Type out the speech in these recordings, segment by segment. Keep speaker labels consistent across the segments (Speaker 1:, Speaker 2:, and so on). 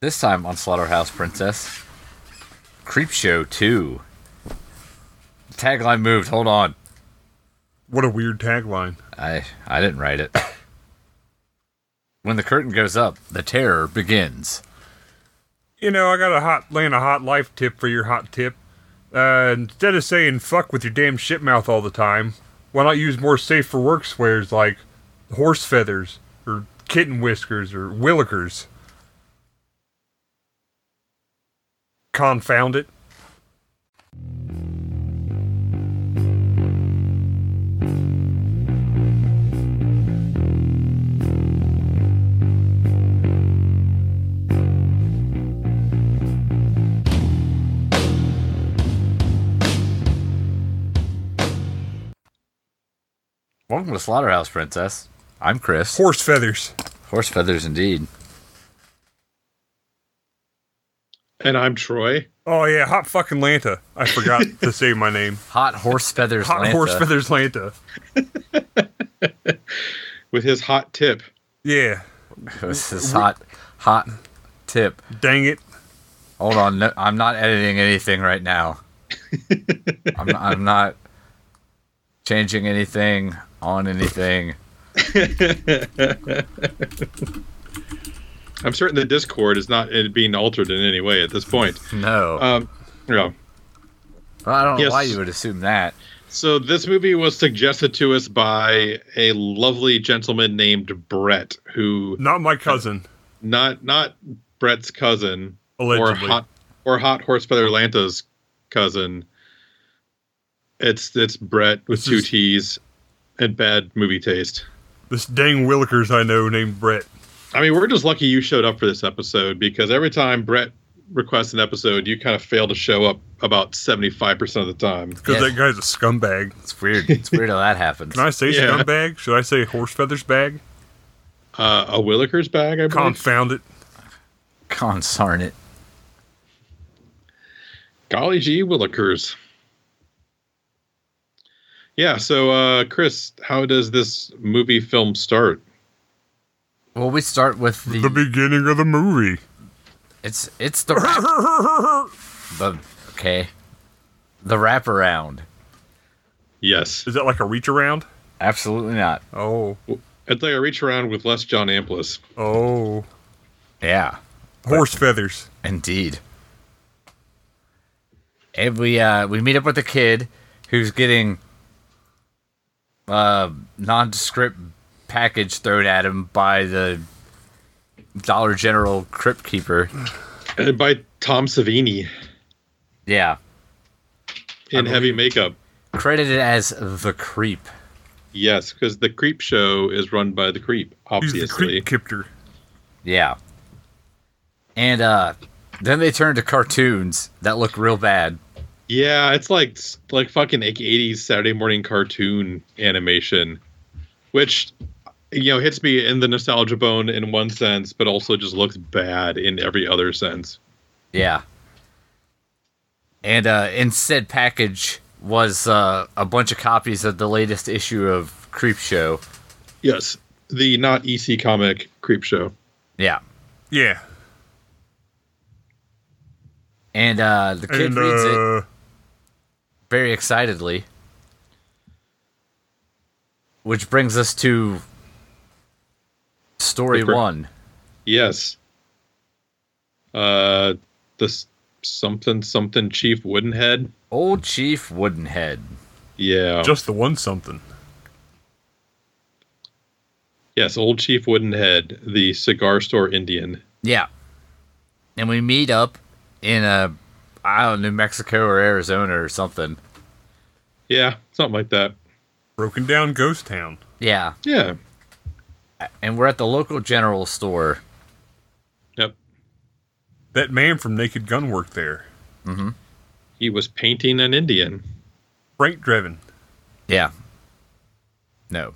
Speaker 1: This time on Slaughterhouse Princess, Creepshow 2. The tagline moved. Hold on.
Speaker 2: What a weird tagline.
Speaker 1: I I didn't write it. when the curtain goes up, the terror begins.
Speaker 2: You know, I got a hot laying a hot life tip for your hot tip. Uh, instead of saying fuck with your damn shit mouth all the time, why not use more safe for work swears like horse feathers or kitten whiskers or willikers? Confound it.
Speaker 1: Welcome to Slaughterhouse Princess. I'm Chris.
Speaker 2: Horse feathers.
Speaker 1: Horse feathers indeed.
Speaker 3: And I'm Troy.
Speaker 2: Oh yeah, hot fucking Lanta. I forgot to say my name.
Speaker 1: Hot horse feathers.
Speaker 2: Hot
Speaker 1: Lanta.
Speaker 2: horse feathers Lanta.
Speaker 3: With his hot tip.
Speaker 2: Yeah.
Speaker 1: This is hot, hot tip.
Speaker 2: Dang it.
Speaker 1: Hold on. No, I'm not editing anything right now. I'm, I'm not changing anything on anything.
Speaker 3: I'm certain the Discord is not uh, being altered in any way at this point.
Speaker 1: No.
Speaker 2: Uh,
Speaker 3: Um, you know,
Speaker 1: Well, I don't know why
Speaker 3: yes.
Speaker 1: you would assume that.
Speaker 3: So this movie was suggested to us by a lovely gentleman named Brett, who
Speaker 2: Not my cousin.
Speaker 3: not not Brett's cousin or
Speaker 2: Allegedly.
Speaker 3: hot or hot horse feather Lanta's cousin. It's it's Brett with
Speaker 2: This
Speaker 3: two
Speaker 2: is-
Speaker 3: T's and bad movie taste.
Speaker 2: This dang Willikers I know named Brett.
Speaker 3: I mean, we're just lucky you showed up for this episode because every time Brett requests an episode, you kind of fail to show up about seventy five percent of the time.
Speaker 2: Because
Speaker 1: Yeah.
Speaker 2: that guy's a scumbag.
Speaker 1: It's weird. It's weird how that happens.
Speaker 2: Can I say
Speaker 3: Yeah.
Speaker 2: scumbag? Should I say horse feathers bag?
Speaker 3: Uh, a Willikers bag, I believe.
Speaker 2: Confound it.
Speaker 1: Consarn it.
Speaker 3: Golly gee, Willikers. Yeah, so uh, Chris, how does this movie film start?
Speaker 1: Well, we start with the.
Speaker 2: The beginning of the movie.
Speaker 1: it's it's the wrap, the okay, the wraparound.
Speaker 3: Yes.
Speaker 2: Is that like a reach around?
Speaker 1: Absolutely not.
Speaker 2: Oh.
Speaker 3: It's like a reach around with less John Amplis.
Speaker 2: Oh.
Speaker 1: Yeah,
Speaker 2: Horse feathers.
Speaker 1: indeed. And we uh we meet up with a kid who's getting uh nondescript package thrown at him by the Dollar General crypt keeper.
Speaker 3: And by Tom Savini
Speaker 1: Yeah,
Speaker 3: in heavy makeup.
Speaker 1: credited as the creep.
Speaker 3: Yes, because the creep show is run by the creep,
Speaker 2: He's the
Speaker 3: obviously.
Speaker 2: creep kipter.
Speaker 1: Yeah. And uh then they turn to cartoons that look real bad.
Speaker 3: Yeah, it's like it's like fucking eighties Saturday morning cartoon animation, which you know hits me in the nostalgia bone in one sense, but also just looks bad in every other sense.
Speaker 1: Yeah. And uh in said package was uh a bunch of copies of the latest issue of Creep Show.
Speaker 3: Yes, the not EC comic creep show.
Speaker 1: Yeah.
Speaker 2: Yeah.
Speaker 1: And uh the kid
Speaker 2: And,
Speaker 1: reads it
Speaker 2: uh,
Speaker 1: very excitedly. Which brings us to story
Speaker 3: The cr-
Speaker 1: one.
Speaker 3: Yes, uh, this something something Chief Woodenhead.
Speaker 1: Old Chief Woodenhead.
Speaker 3: Yeah,
Speaker 2: just the one something.
Speaker 3: yes, old Chief Woodenhead, the cigar store Indian.
Speaker 1: Yeah. And we meet up in a I don't know, New Mexico or Arizona or something.
Speaker 3: Yeah, something like that.
Speaker 2: Broken down ghost town.
Speaker 1: Yeah.
Speaker 3: Yeah.
Speaker 1: And we're at the local general store.
Speaker 3: Yep.
Speaker 2: That man from Naked Gun worked there.
Speaker 3: He was painting an Indian.
Speaker 2: Frank Drevin.
Speaker 1: Yeah. No.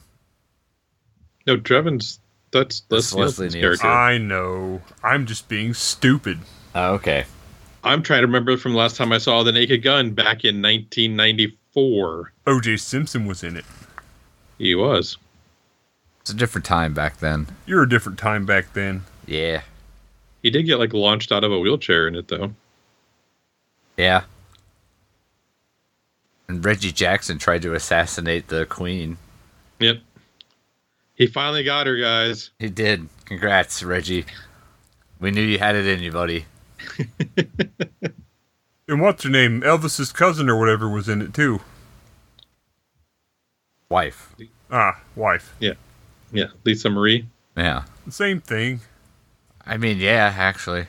Speaker 3: No, Drevin's. That's
Speaker 1: That's
Speaker 3: Leslie,
Speaker 1: Leslie
Speaker 3: Nielsen's
Speaker 1: Nielsen.
Speaker 3: character.
Speaker 2: I know. I'm just being stupid.
Speaker 1: Oh, okay.
Speaker 3: I'm trying to remember from last time I saw The Naked Gun back in 1994.
Speaker 2: OJ Simpson was in it.
Speaker 3: He was.
Speaker 1: It's a different time back then.
Speaker 2: You're a different time back then.
Speaker 1: Yeah.
Speaker 3: He did get like launched out of a wheelchair in it though.
Speaker 1: Yeah. And Reggie Jackson tried to assassinate the queen.
Speaker 3: Yep. He finally got her, guys.
Speaker 1: He did. Congrats, Reggie. We knew you had it in you, buddy.
Speaker 2: And what's her name? Elvis's cousin or whatever was in it too.
Speaker 1: Wife.
Speaker 2: Ah, wife.
Speaker 3: Yeah, Lisa Marie.
Speaker 1: Yeah.
Speaker 2: Same thing.
Speaker 1: I mean, yeah, actually.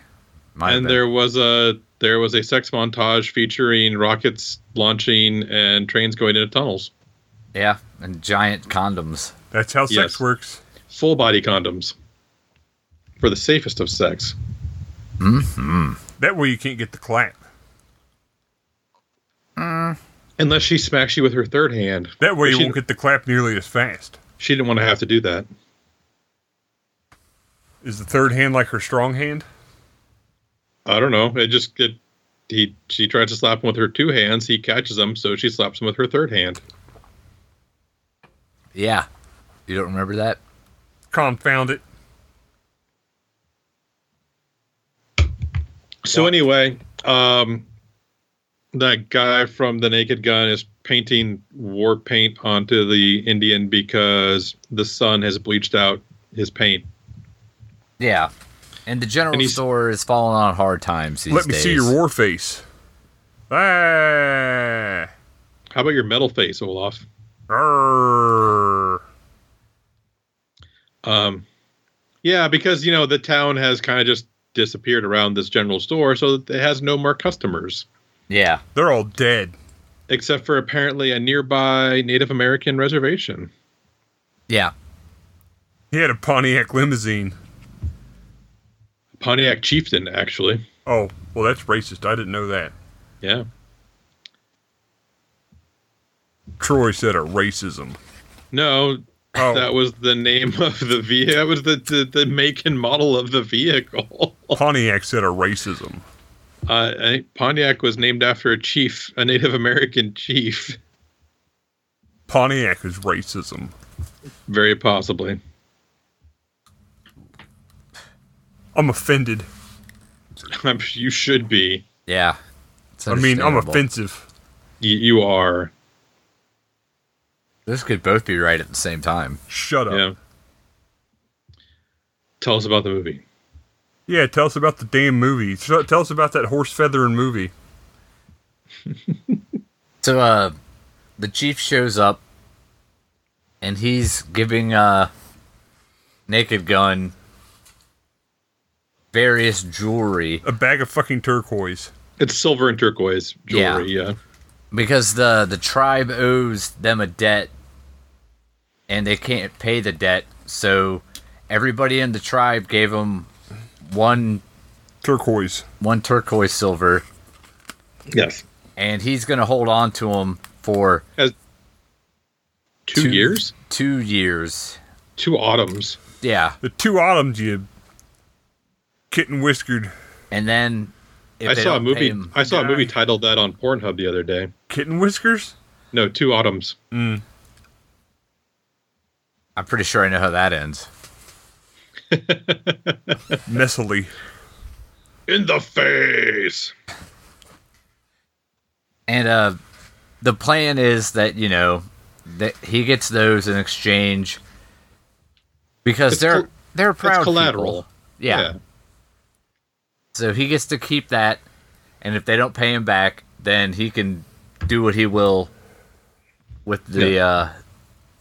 Speaker 1: Might have
Speaker 3: and
Speaker 1: been.
Speaker 3: there was a there was a sex montage featuring rockets launching and trains going into tunnels.
Speaker 1: Yeah, and giant condoms.
Speaker 2: That's how
Speaker 3: Yes.
Speaker 2: sex works.
Speaker 3: Full body condoms. For the safest of sex.
Speaker 2: That way you can't get the clamp.
Speaker 3: Unless she smacks you with her third hand.
Speaker 2: That way you
Speaker 3: She-
Speaker 2: won't get the clamp nearly as fast.
Speaker 3: She didn't want to have to do that.
Speaker 2: Is the third hand like her strong hand?
Speaker 3: I don't know. It just it, he she tries to slap him with her two hands. He catches them, so she slaps him with her third hand.
Speaker 1: Yeah. You don't remember that?
Speaker 2: Confound it.
Speaker 3: So
Speaker 2: Wow.
Speaker 3: anyway, um, that guy from the Naked Gun is painting war paint onto the Indian because the sun has bleached out his paint.
Speaker 1: Yeah. And the general
Speaker 3: And he's-
Speaker 1: store is falling on hard times these
Speaker 2: Let me see
Speaker 1: days.
Speaker 2: your war face. Ah,
Speaker 3: How about your metal face, Olaf?
Speaker 2: Arr.
Speaker 3: Um, yeah, because you know the town has kind of just disappeared around this general store, so it has no more customers.
Speaker 1: Yeah.
Speaker 2: They're all dead.
Speaker 3: except for apparently a nearby Native American reservation.
Speaker 1: Yeah.
Speaker 2: He had a Pontiac limousine.
Speaker 3: Pontiac chieftain, actually.
Speaker 2: Oh, well, that's racist. I didn't know that.
Speaker 3: Yeah.
Speaker 2: Troy said a racism.
Speaker 3: No,
Speaker 2: Oh,
Speaker 3: that was the name of the vehicle. That was the, the, the make and model of the vehicle.
Speaker 2: Pontiac said a racism.
Speaker 3: Uh, I think Pontiac was named after a chief, a Native American chief,
Speaker 2: Pontiac is racism.
Speaker 3: very possibly.
Speaker 2: I'm offended.
Speaker 3: I'm, you should be.
Speaker 1: Yeah. It's
Speaker 2: I mean, I'm
Speaker 1: understandable.
Speaker 2: offensive.
Speaker 3: You, you are.
Speaker 1: This could both be right at the same time.
Speaker 2: Shut up.
Speaker 3: Yeah.
Speaker 2: Yeah.
Speaker 3: Tell us about the movie.
Speaker 2: tell us about the damn movie. Sh- Tell us about that horse feathering movie.
Speaker 1: So uh the chief shows up and he's giving uh Naked Gun various jewelry
Speaker 2: A bag of fucking turquoise.
Speaker 3: It's silver and turquoise jewelry. Yeah.
Speaker 1: because the the tribe owes them a debt and they can't pay the debt. So everybody in the tribe gave him one
Speaker 2: Turquoise.
Speaker 1: one turquoise silver
Speaker 3: Yes.
Speaker 1: and he's going to hold on to them for
Speaker 3: Two, years?
Speaker 1: 2 years.
Speaker 3: Two autumns.
Speaker 1: Yeah.
Speaker 2: The two autumns, you kitten whiskered.
Speaker 1: And then if
Speaker 3: I
Speaker 1: they
Speaker 3: saw a
Speaker 1: don't pay
Speaker 3: movie.
Speaker 1: him-
Speaker 3: I saw a
Speaker 2: Yeah.
Speaker 3: movie titled that on Pornhub the other day.
Speaker 2: Kitten whiskers?
Speaker 3: No, two autumns.
Speaker 1: I'm pretty sure I know how that ends.
Speaker 2: Messily.
Speaker 3: In the face.
Speaker 1: And uh, the plan is that you know that he gets those in exchange because
Speaker 3: It's
Speaker 1: they're
Speaker 3: col-
Speaker 1: they're proud
Speaker 3: collateral.
Speaker 1: people. Yeah. So he gets to keep that, and if they don't pay him back, then he can do what he will with the uh,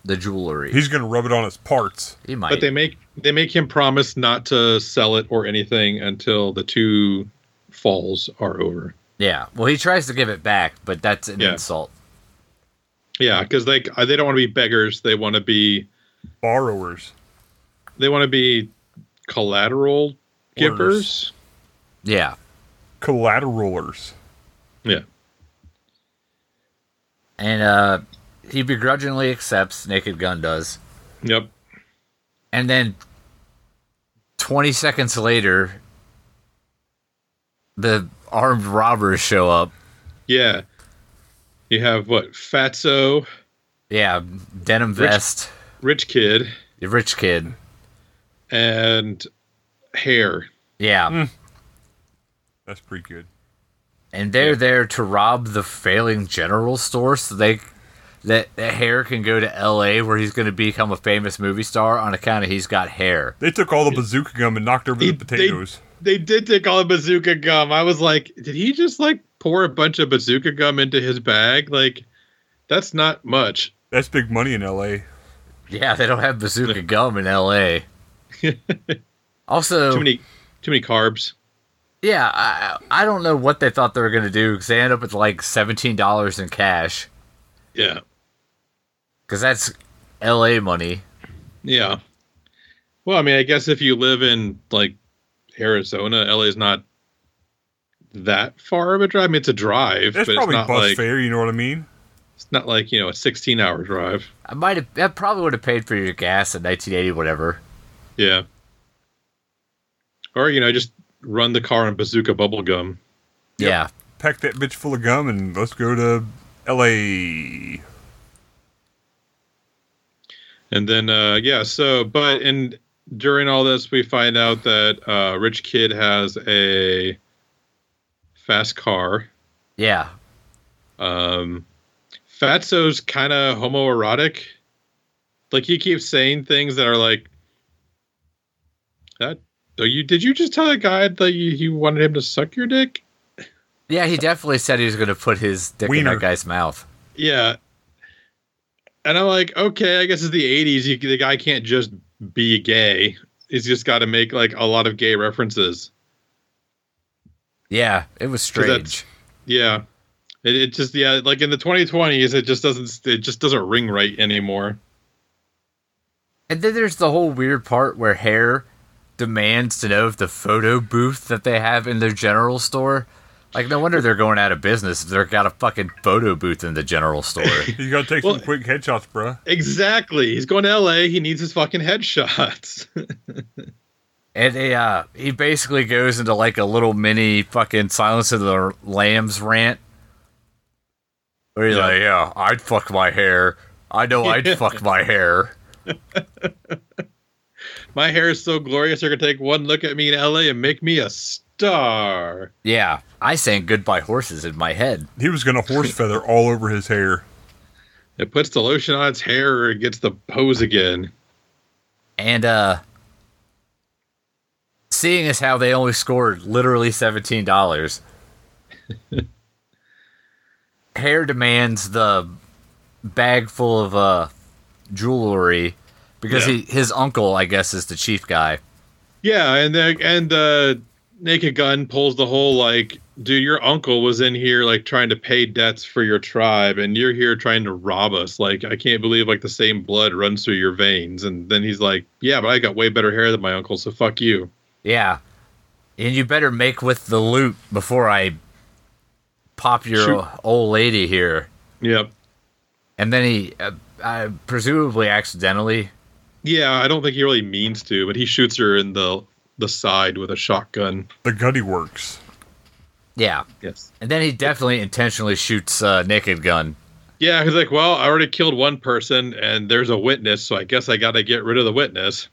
Speaker 1: the jewelry.
Speaker 2: He's going to rub it on his parts.
Speaker 1: he might.
Speaker 3: But they make they make him promise not to sell it or anything until the two falls are over.
Speaker 1: yeah. Well, he tries to give it back, but that's an
Speaker 3: Yeah.
Speaker 1: insult.
Speaker 3: Yeah, because like uh, they don't want to be beggars. They want to be
Speaker 2: Borrowers.
Speaker 3: they want to be collateral givers.
Speaker 1: Yeah.
Speaker 2: Collateralers.
Speaker 3: Yeah.
Speaker 1: And uh, he begrudgingly accepts. Naked Gun does.
Speaker 3: Yep.
Speaker 1: And then 20 seconds later, the armed robbers show up.
Speaker 3: Yeah. You have what? Fatso,
Speaker 1: Yeah, denim
Speaker 3: Rich-
Speaker 1: vest,
Speaker 3: rich kid,
Speaker 1: the rich kid.
Speaker 3: and hair.
Speaker 1: Yeah.
Speaker 3: Mm.
Speaker 2: That's pretty good.
Speaker 1: and they're there to rob the failing general store so they that, that hair can go to LA where he's going to become a famous movie star on account of he's got hair.
Speaker 2: They took all the bazooka gum and knocked over the
Speaker 3: It- they-
Speaker 2: potatoes.
Speaker 3: They did take all the bazooka gum. I was like, did he just like pour a bunch of bazooka gum into his bag? Like, that's not much.
Speaker 2: That's big money in L.A.
Speaker 1: Yeah, they don't have bazooka gum in LA. also, Oh.
Speaker 3: Too many, too many carbs.
Speaker 1: yeah, I, I don't know what they thought they were going to do because they end up with like $17 in cash
Speaker 3: Yeah,
Speaker 1: because that's LA money.
Speaker 3: yeah. Well, I mean, I guess if you live in like Arizona, LA is not that far of a drive. I mean, it's a drive,
Speaker 2: That's
Speaker 3: but it's
Speaker 2: probably
Speaker 3: not
Speaker 2: bus
Speaker 3: like
Speaker 2: fare. You know what I mean?
Speaker 3: it's not like you know a 16-hour drive.
Speaker 1: I might have, that probably would have paid for your gas in 1980, whatever.
Speaker 3: Yeah. Or you know, just run the car on bazooka bubble gum.
Speaker 1: Yeah.
Speaker 2: Pack that bitch full of gum and let's go to L.A.
Speaker 3: And then uh yeah, so but and during all this we find out that uh Rich Kid has a fast car.
Speaker 1: Yeah.
Speaker 3: Um Fatso's kinda homoerotic. Like he keeps saying things that are like that are you did you just tell a guy that you, you wanted him to suck your dick?
Speaker 1: Yeah, he definitely said he was going to put his dick in
Speaker 2: Wiener.
Speaker 1: that guy's mouth.
Speaker 3: Yeah. And I'm like, okay, I guess it's the 80s. You, the guy can't just be gay. He's just got to make like a lot of gay references.
Speaker 1: Yeah, it was
Speaker 3: 'Cause that's-
Speaker 1: strange.
Speaker 3: Yeah. It, it just yeah, like in the 2020s it just doesn't it just doesn't ring right anymore.
Speaker 1: And then there's the whole weird part where Hare demands to know if the photo booth that they have in their general store. Like, no wonder they're going out of business if they've got a fucking photo booth in the general store.
Speaker 2: You gotta take
Speaker 3: Well-
Speaker 2: some quick headshots, bruh.
Speaker 3: Exactly. He's going to LA, he needs his fucking headshots.
Speaker 1: and they, uh, he basically goes into like a little mini fucking Silence of the Lambs rant. Where he's
Speaker 3: Yeah.
Speaker 1: like, yeah, I'd fuck my hair. I know I'd fuck my hair.
Speaker 3: My hair is so glorious they're going to take one look at me in LA and make me a star.
Speaker 1: Yeah, I sang Goodbye Horses in my head.
Speaker 2: He was gonna horse feather all over his hair.
Speaker 3: It puts the lotion on its hair or it gets the pose again.
Speaker 1: And uh seeing as how they only scored literally seventeen dollars, Hare demands the bag full of uh jewelry because
Speaker 3: Yeah.
Speaker 1: he his uncle, I guess, is the chief guy.
Speaker 3: Yeah, and the and uh, Naked Gun pulls the whole like, dude, your uncle was in here like trying to pay debts for your tribe, and you're here trying to rob us. Like, I can't believe like the same blood runs through your veins. And then he's like, yeah, but I got way better hair than my uncle, so fuck you.
Speaker 1: Yeah. And you better make with the loot before I pop your
Speaker 3: Shoot.
Speaker 1: old lady here.
Speaker 3: Yep.
Speaker 1: And then he, uh, uh, presumably accidentally,
Speaker 3: Yeah, I don't think he really means to, but he shoots her in the the side with a shotgun.
Speaker 2: The Gutty Works.
Speaker 1: yeah,
Speaker 3: Yes.
Speaker 1: And then he definitely intentionally shoots uh, Naked Gun.
Speaker 3: Yeah, he's like, well, I already killed one person, and there's a witness, so I guess I got to get rid of the witness.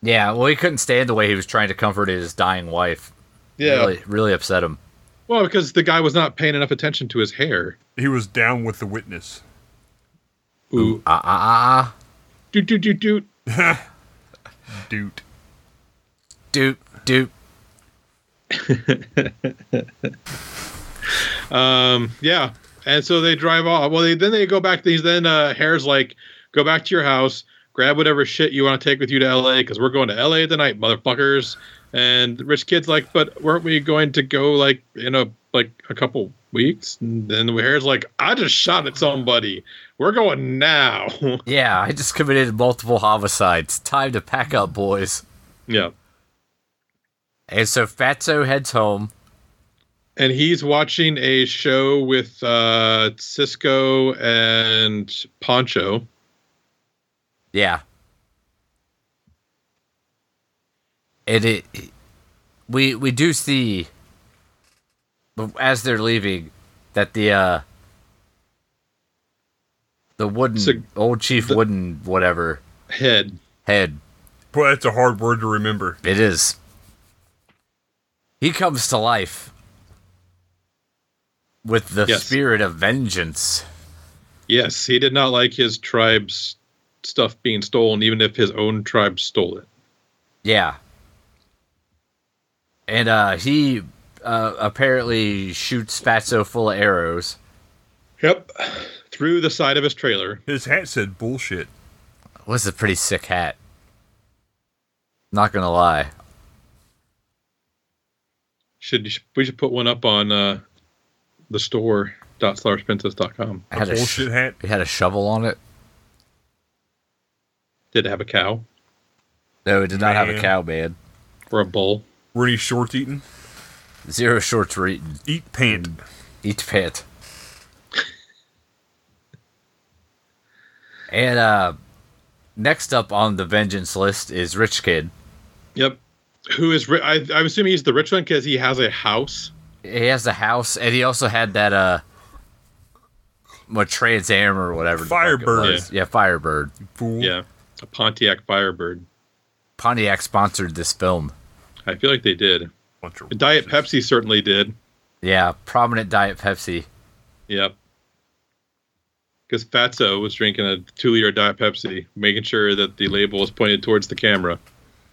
Speaker 1: Yeah, well, he couldn't stand the way he was trying to comfort his dying wife.
Speaker 3: Yeah.
Speaker 1: Really, really upset him.
Speaker 3: Well, because the guy was not paying enough attention to his hair.
Speaker 2: He was down with the witness.
Speaker 3: Ooh.
Speaker 1: Ah, ah, ah, ah.
Speaker 3: Doot, doot, doot, doot.
Speaker 2: Dude.
Speaker 1: Doop, doop.
Speaker 3: Um, yeah. And so they drive off. Well, they, then they go back. These then uh, Hare's like, go back to your house, grab whatever shit you want to take with you to L.A. because we're going to L.A. tonight, motherfuckers. And Rich Kid's like, but weren't we going to go like in a like a couple weeks? And then Hare's like, I just shot at somebody. We're going now.
Speaker 1: Yeah, I just committed multiple homicides. Time to pack up, boys.
Speaker 3: yeah.
Speaker 1: And so Fatso heads home.
Speaker 3: and he's watching a show with uh, Cisco and Poncho.
Speaker 1: Yeah. And it, we we do see as they're leaving that the uh the wooden
Speaker 3: So-
Speaker 1: old chief wooden whatever
Speaker 3: Head.
Speaker 1: head
Speaker 2: Boy, that's a hard word to remember.
Speaker 1: it is He comes to life with the
Speaker 3: Yes.
Speaker 1: spirit of vengeance.
Speaker 3: Yes, he did not like his tribe's stuff being stolen, even if his own tribe stole it.
Speaker 1: Yeah. And uh, he uh, apparently shoots Fatso full of arrows.
Speaker 3: Yep. Through the side of his trailer.
Speaker 2: His hat said bullshit.
Speaker 1: Was a pretty sick hat. Not gonna lie.
Speaker 3: Should we should put one up on uh, the store dot com.
Speaker 1: I
Speaker 2: A
Speaker 1: had a sh-
Speaker 2: bullshit hat.
Speaker 1: It had a shovel on it.
Speaker 3: Did it have a cow
Speaker 1: No, it did not have a
Speaker 2: Man.
Speaker 1: cow, man.
Speaker 3: or a bull?
Speaker 2: Were any shorts eating?
Speaker 1: Zero shorts were eaten.
Speaker 2: Eat pant.
Speaker 1: Mm. Eat pant. and uh, next up on the vengeance list is Rich Kid.
Speaker 3: Yep. Who is ri- I, I'm assuming he's the rich one because he has a house.
Speaker 1: He has a house, and he also had that uh, what Trans Am or whatever. the fuck it
Speaker 2: Firebird.
Speaker 1: was. Yeah. Firebird.
Speaker 2: Fool.
Speaker 3: Yeah, a Pontiac Firebird.
Speaker 1: Pontiac sponsored this film.
Speaker 3: I feel like they did.
Speaker 2: Bunch of
Speaker 3: Diet
Speaker 2: racist.
Speaker 3: Pepsi certainly did.
Speaker 1: Yeah, prominent Diet Pepsi.
Speaker 3: Yep. Because Fatso was drinking a two-liter Diet Pepsi, making sure that the label was pointed towards the camera.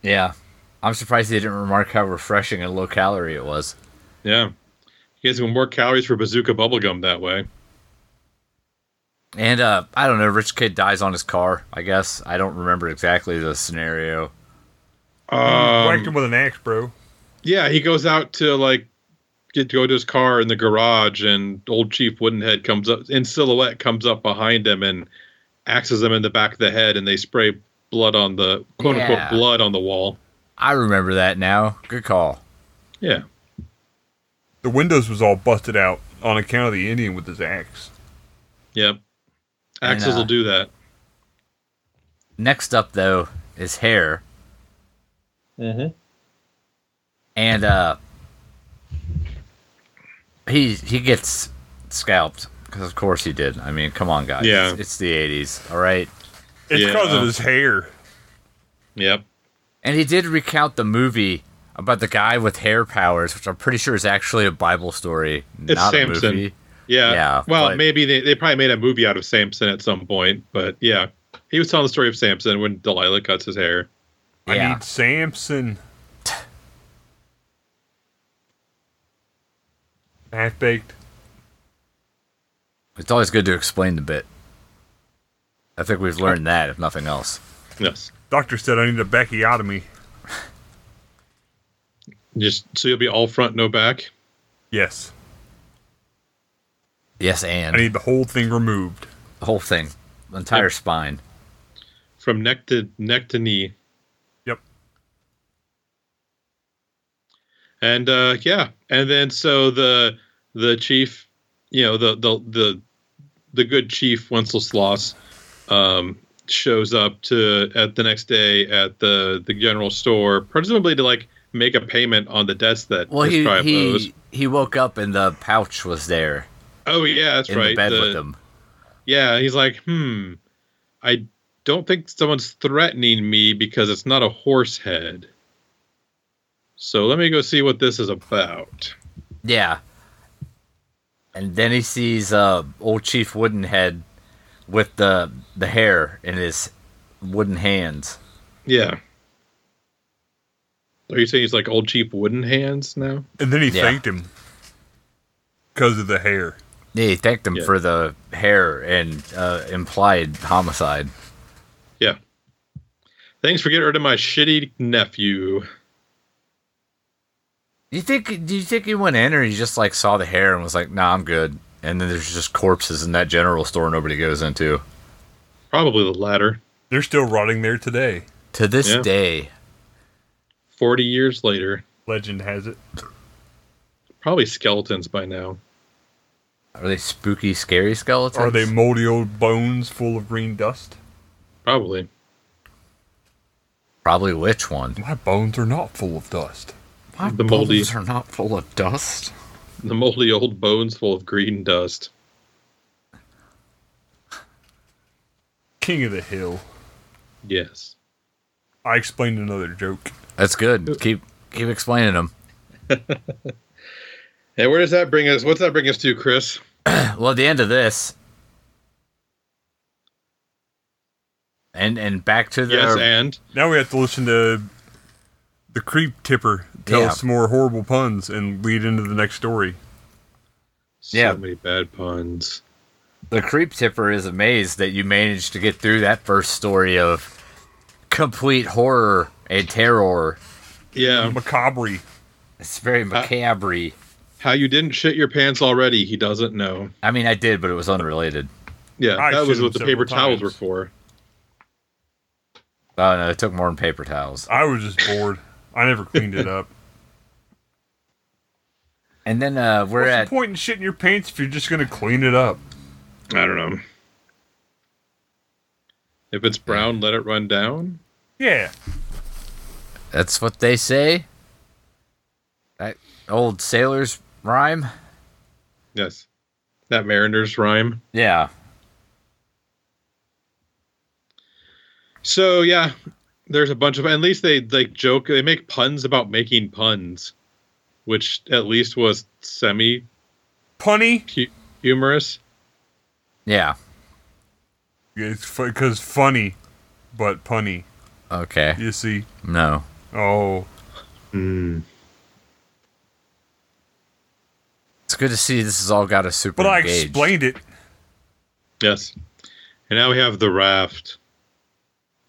Speaker 1: Yeah, I'm surprised they didn't remark how refreshing and low calorie it was.
Speaker 3: Yeah, he has even more calories for Bazooka bubblegum that way.
Speaker 1: And uh, I don't know. Rich kid dies on his car. I guess I don't remember exactly the scenario.
Speaker 2: Whacked
Speaker 3: Um,
Speaker 2: him with an axe, bro.
Speaker 3: yeah, he goes out to like get to go to his car in the garage, and old Chief Woodenhead comes up in silhouette, comes up behind him, and axes him in the back of the head, and they spray blood on the quote
Speaker 1: Yeah.
Speaker 3: unquote blood on the wall.
Speaker 1: I remember that now. Good call.
Speaker 3: Yeah.
Speaker 2: The windows was all busted out on account of the Indian with his axe.
Speaker 3: Yep.
Speaker 1: And,
Speaker 3: Axes
Speaker 1: uh,
Speaker 3: will do that.
Speaker 1: Next up though is hair,
Speaker 3: Mm-hmm.
Speaker 1: and uh, he he gets scalped because of course he did. I mean, come on, guys.
Speaker 3: Yeah.
Speaker 1: it's, it's the '80s. All right.
Speaker 2: It's
Speaker 3: Yeah. uh,
Speaker 2: because of his hair.
Speaker 3: Yep.
Speaker 1: And he did recount the movie about the guy with hair powers, which I'm pretty sure is actually a Bible story,
Speaker 3: It's
Speaker 1: not a
Speaker 3: Samson.
Speaker 1: movie.
Speaker 3: Yeah.
Speaker 1: Yeah,
Speaker 3: Well,
Speaker 1: but-
Speaker 3: maybe they, they probably made a movie out of Samson at some point, but yeah. He was telling the story of Samson when Delilah cuts his hair.
Speaker 1: Yeah.
Speaker 2: I need Samson. Half baked.
Speaker 1: It's always good to explain the bit. I think we've learned that, if nothing else.
Speaker 3: Yes.
Speaker 2: Doctor said I need a bacchiotomy.
Speaker 3: Just so you'll be all front, no back.
Speaker 2: Yes.
Speaker 1: Yes,
Speaker 2: I
Speaker 1: and
Speaker 2: need the whole thing removed.
Speaker 1: the whole thing, the entire
Speaker 3: Yep.
Speaker 1: spine.
Speaker 3: From neck to neck to knee.
Speaker 2: Yep.
Speaker 3: And uh yeah. And then so the the chief, you know, the the the the good chief Wenceslaus um shows up to at the next day at the the general store, presumably to like make a payment on the debts that
Speaker 1: Well,
Speaker 3: his
Speaker 1: he
Speaker 3: tribe owes.
Speaker 1: he, he woke up and the pouch was there
Speaker 3: Oh yeah, that's
Speaker 1: in
Speaker 3: right.
Speaker 1: the bed
Speaker 3: The-
Speaker 1: with him.
Speaker 3: Yeah, he's like, hmm, I don't think someone's threatening me because it's not a horse head. So let me go see what this is about.
Speaker 1: Yeah. And then he sees uh, old Chief Woodenhead with the the hair in his wooden hands.
Speaker 3: Yeah. Are you saying he's like old cheap wooden hands now?
Speaker 2: And then he
Speaker 1: Yeah.
Speaker 2: thanked him because of the hair.
Speaker 1: Yeah, he thanked him
Speaker 3: Yeah.
Speaker 1: for the hair and uh, implied homicide.
Speaker 3: Yeah. Thanks for getting rid of my shitty nephew.
Speaker 1: You think? Do you think he went in, or he just like saw the hair and was like, "Nah, I'm good." And then there's just corpses in that general store nobody goes into.
Speaker 3: Probably the latter.
Speaker 2: They're still rotting there today.
Speaker 1: To this
Speaker 3: Yeah.
Speaker 1: day,
Speaker 3: 40 years later.
Speaker 2: Legend has it.
Speaker 3: Probably skeletons by now.
Speaker 1: are they spooky, scary skeletons?
Speaker 2: Are they moldy old bones full of green dust?
Speaker 3: Probably.
Speaker 1: probably which one?
Speaker 2: My bones are not full of dust.
Speaker 1: My
Speaker 3: The moldy-
Speaker 1: bones are not full of dust.
Speaker 3: The moldy old bones full of green dust.
Speaker 2: King of the hill.
Speaker 3: Yes.
Speaker 2: I explained another joke.
Speaker 3: Uh,
Speaker 1: That's good. Keep keep explaining them.
Speaker 3: Hey, where does that bring us? What's that bring us to, Chris?
Speaker 1: Well, at the end of this, and and back to the
Speaker 3: Yes, and
Speaker 2: Now we have to listen to the creep tipper tell
Speaker 1: Yeah.
Speaker 2: us some more horrible puns and lead into the next story.
Speaker 3: so
Speaker 1: Yeah.
Speaker 3: many bad puns.
Speaker 1: the creep tipper is amazed that you managed to get through that first story of complete horror and terror.
Speaker 3: Yeah,
Speaker 2: Macabre.
Speaker 1: It's
Speaker 2: Uh.
Speaker 1: very macabre.
Speaker 3: how you didn't shit your pants already? He doesn't know.
Speaker 1: I mean, I did, but it was unrelated.
Speaker 3: Yeah,
Speaker 2: I
Speaker 3: that was
Speaker 2: shit
Speaker 3: what the
Speaker 2: him several
Speaker 3: paper towels were
Speaker 2: times.
Speaker 3: for.
Speaker 1: Oh no, it took more than paper towels.
Speaker 2: I was just bored. I never cleaned it up.
Speaker 1: And then uh, we're
Speaker 2: What's
Speaker 1: at
Speaker 2: the point in shitting your pants if you're just gonna clean it up?
Speaker 3: I don't know. If it's brown, let it run down.
Speaker 2: Yeah.
Speaker 1: That's what they say. That old sailor's rhyme.
Speaker 3: Yes, that Mariners rhyme.
Speaker 1: Yeah.
Speaker 3: So yeah, there's a bunch of. At least they like joke. They make puns about making puns, which at least was semi
Speaker 2: Punny.
Speaker 3: hu- humorous.
Speaker 1: Yeah.
Speaker 2: It's because funny, but punny.
Speaker 1: Okay.
Speaker 2: You see?
Speaker 1: No.
Speaker 2: Oh,
Speaker 1: It's good to see this has all got a super.
Speaker 2: but I
Speaker 1: engaged.
Speaker 2: explained it.
Speaker 3: Yes, and now we have the raft.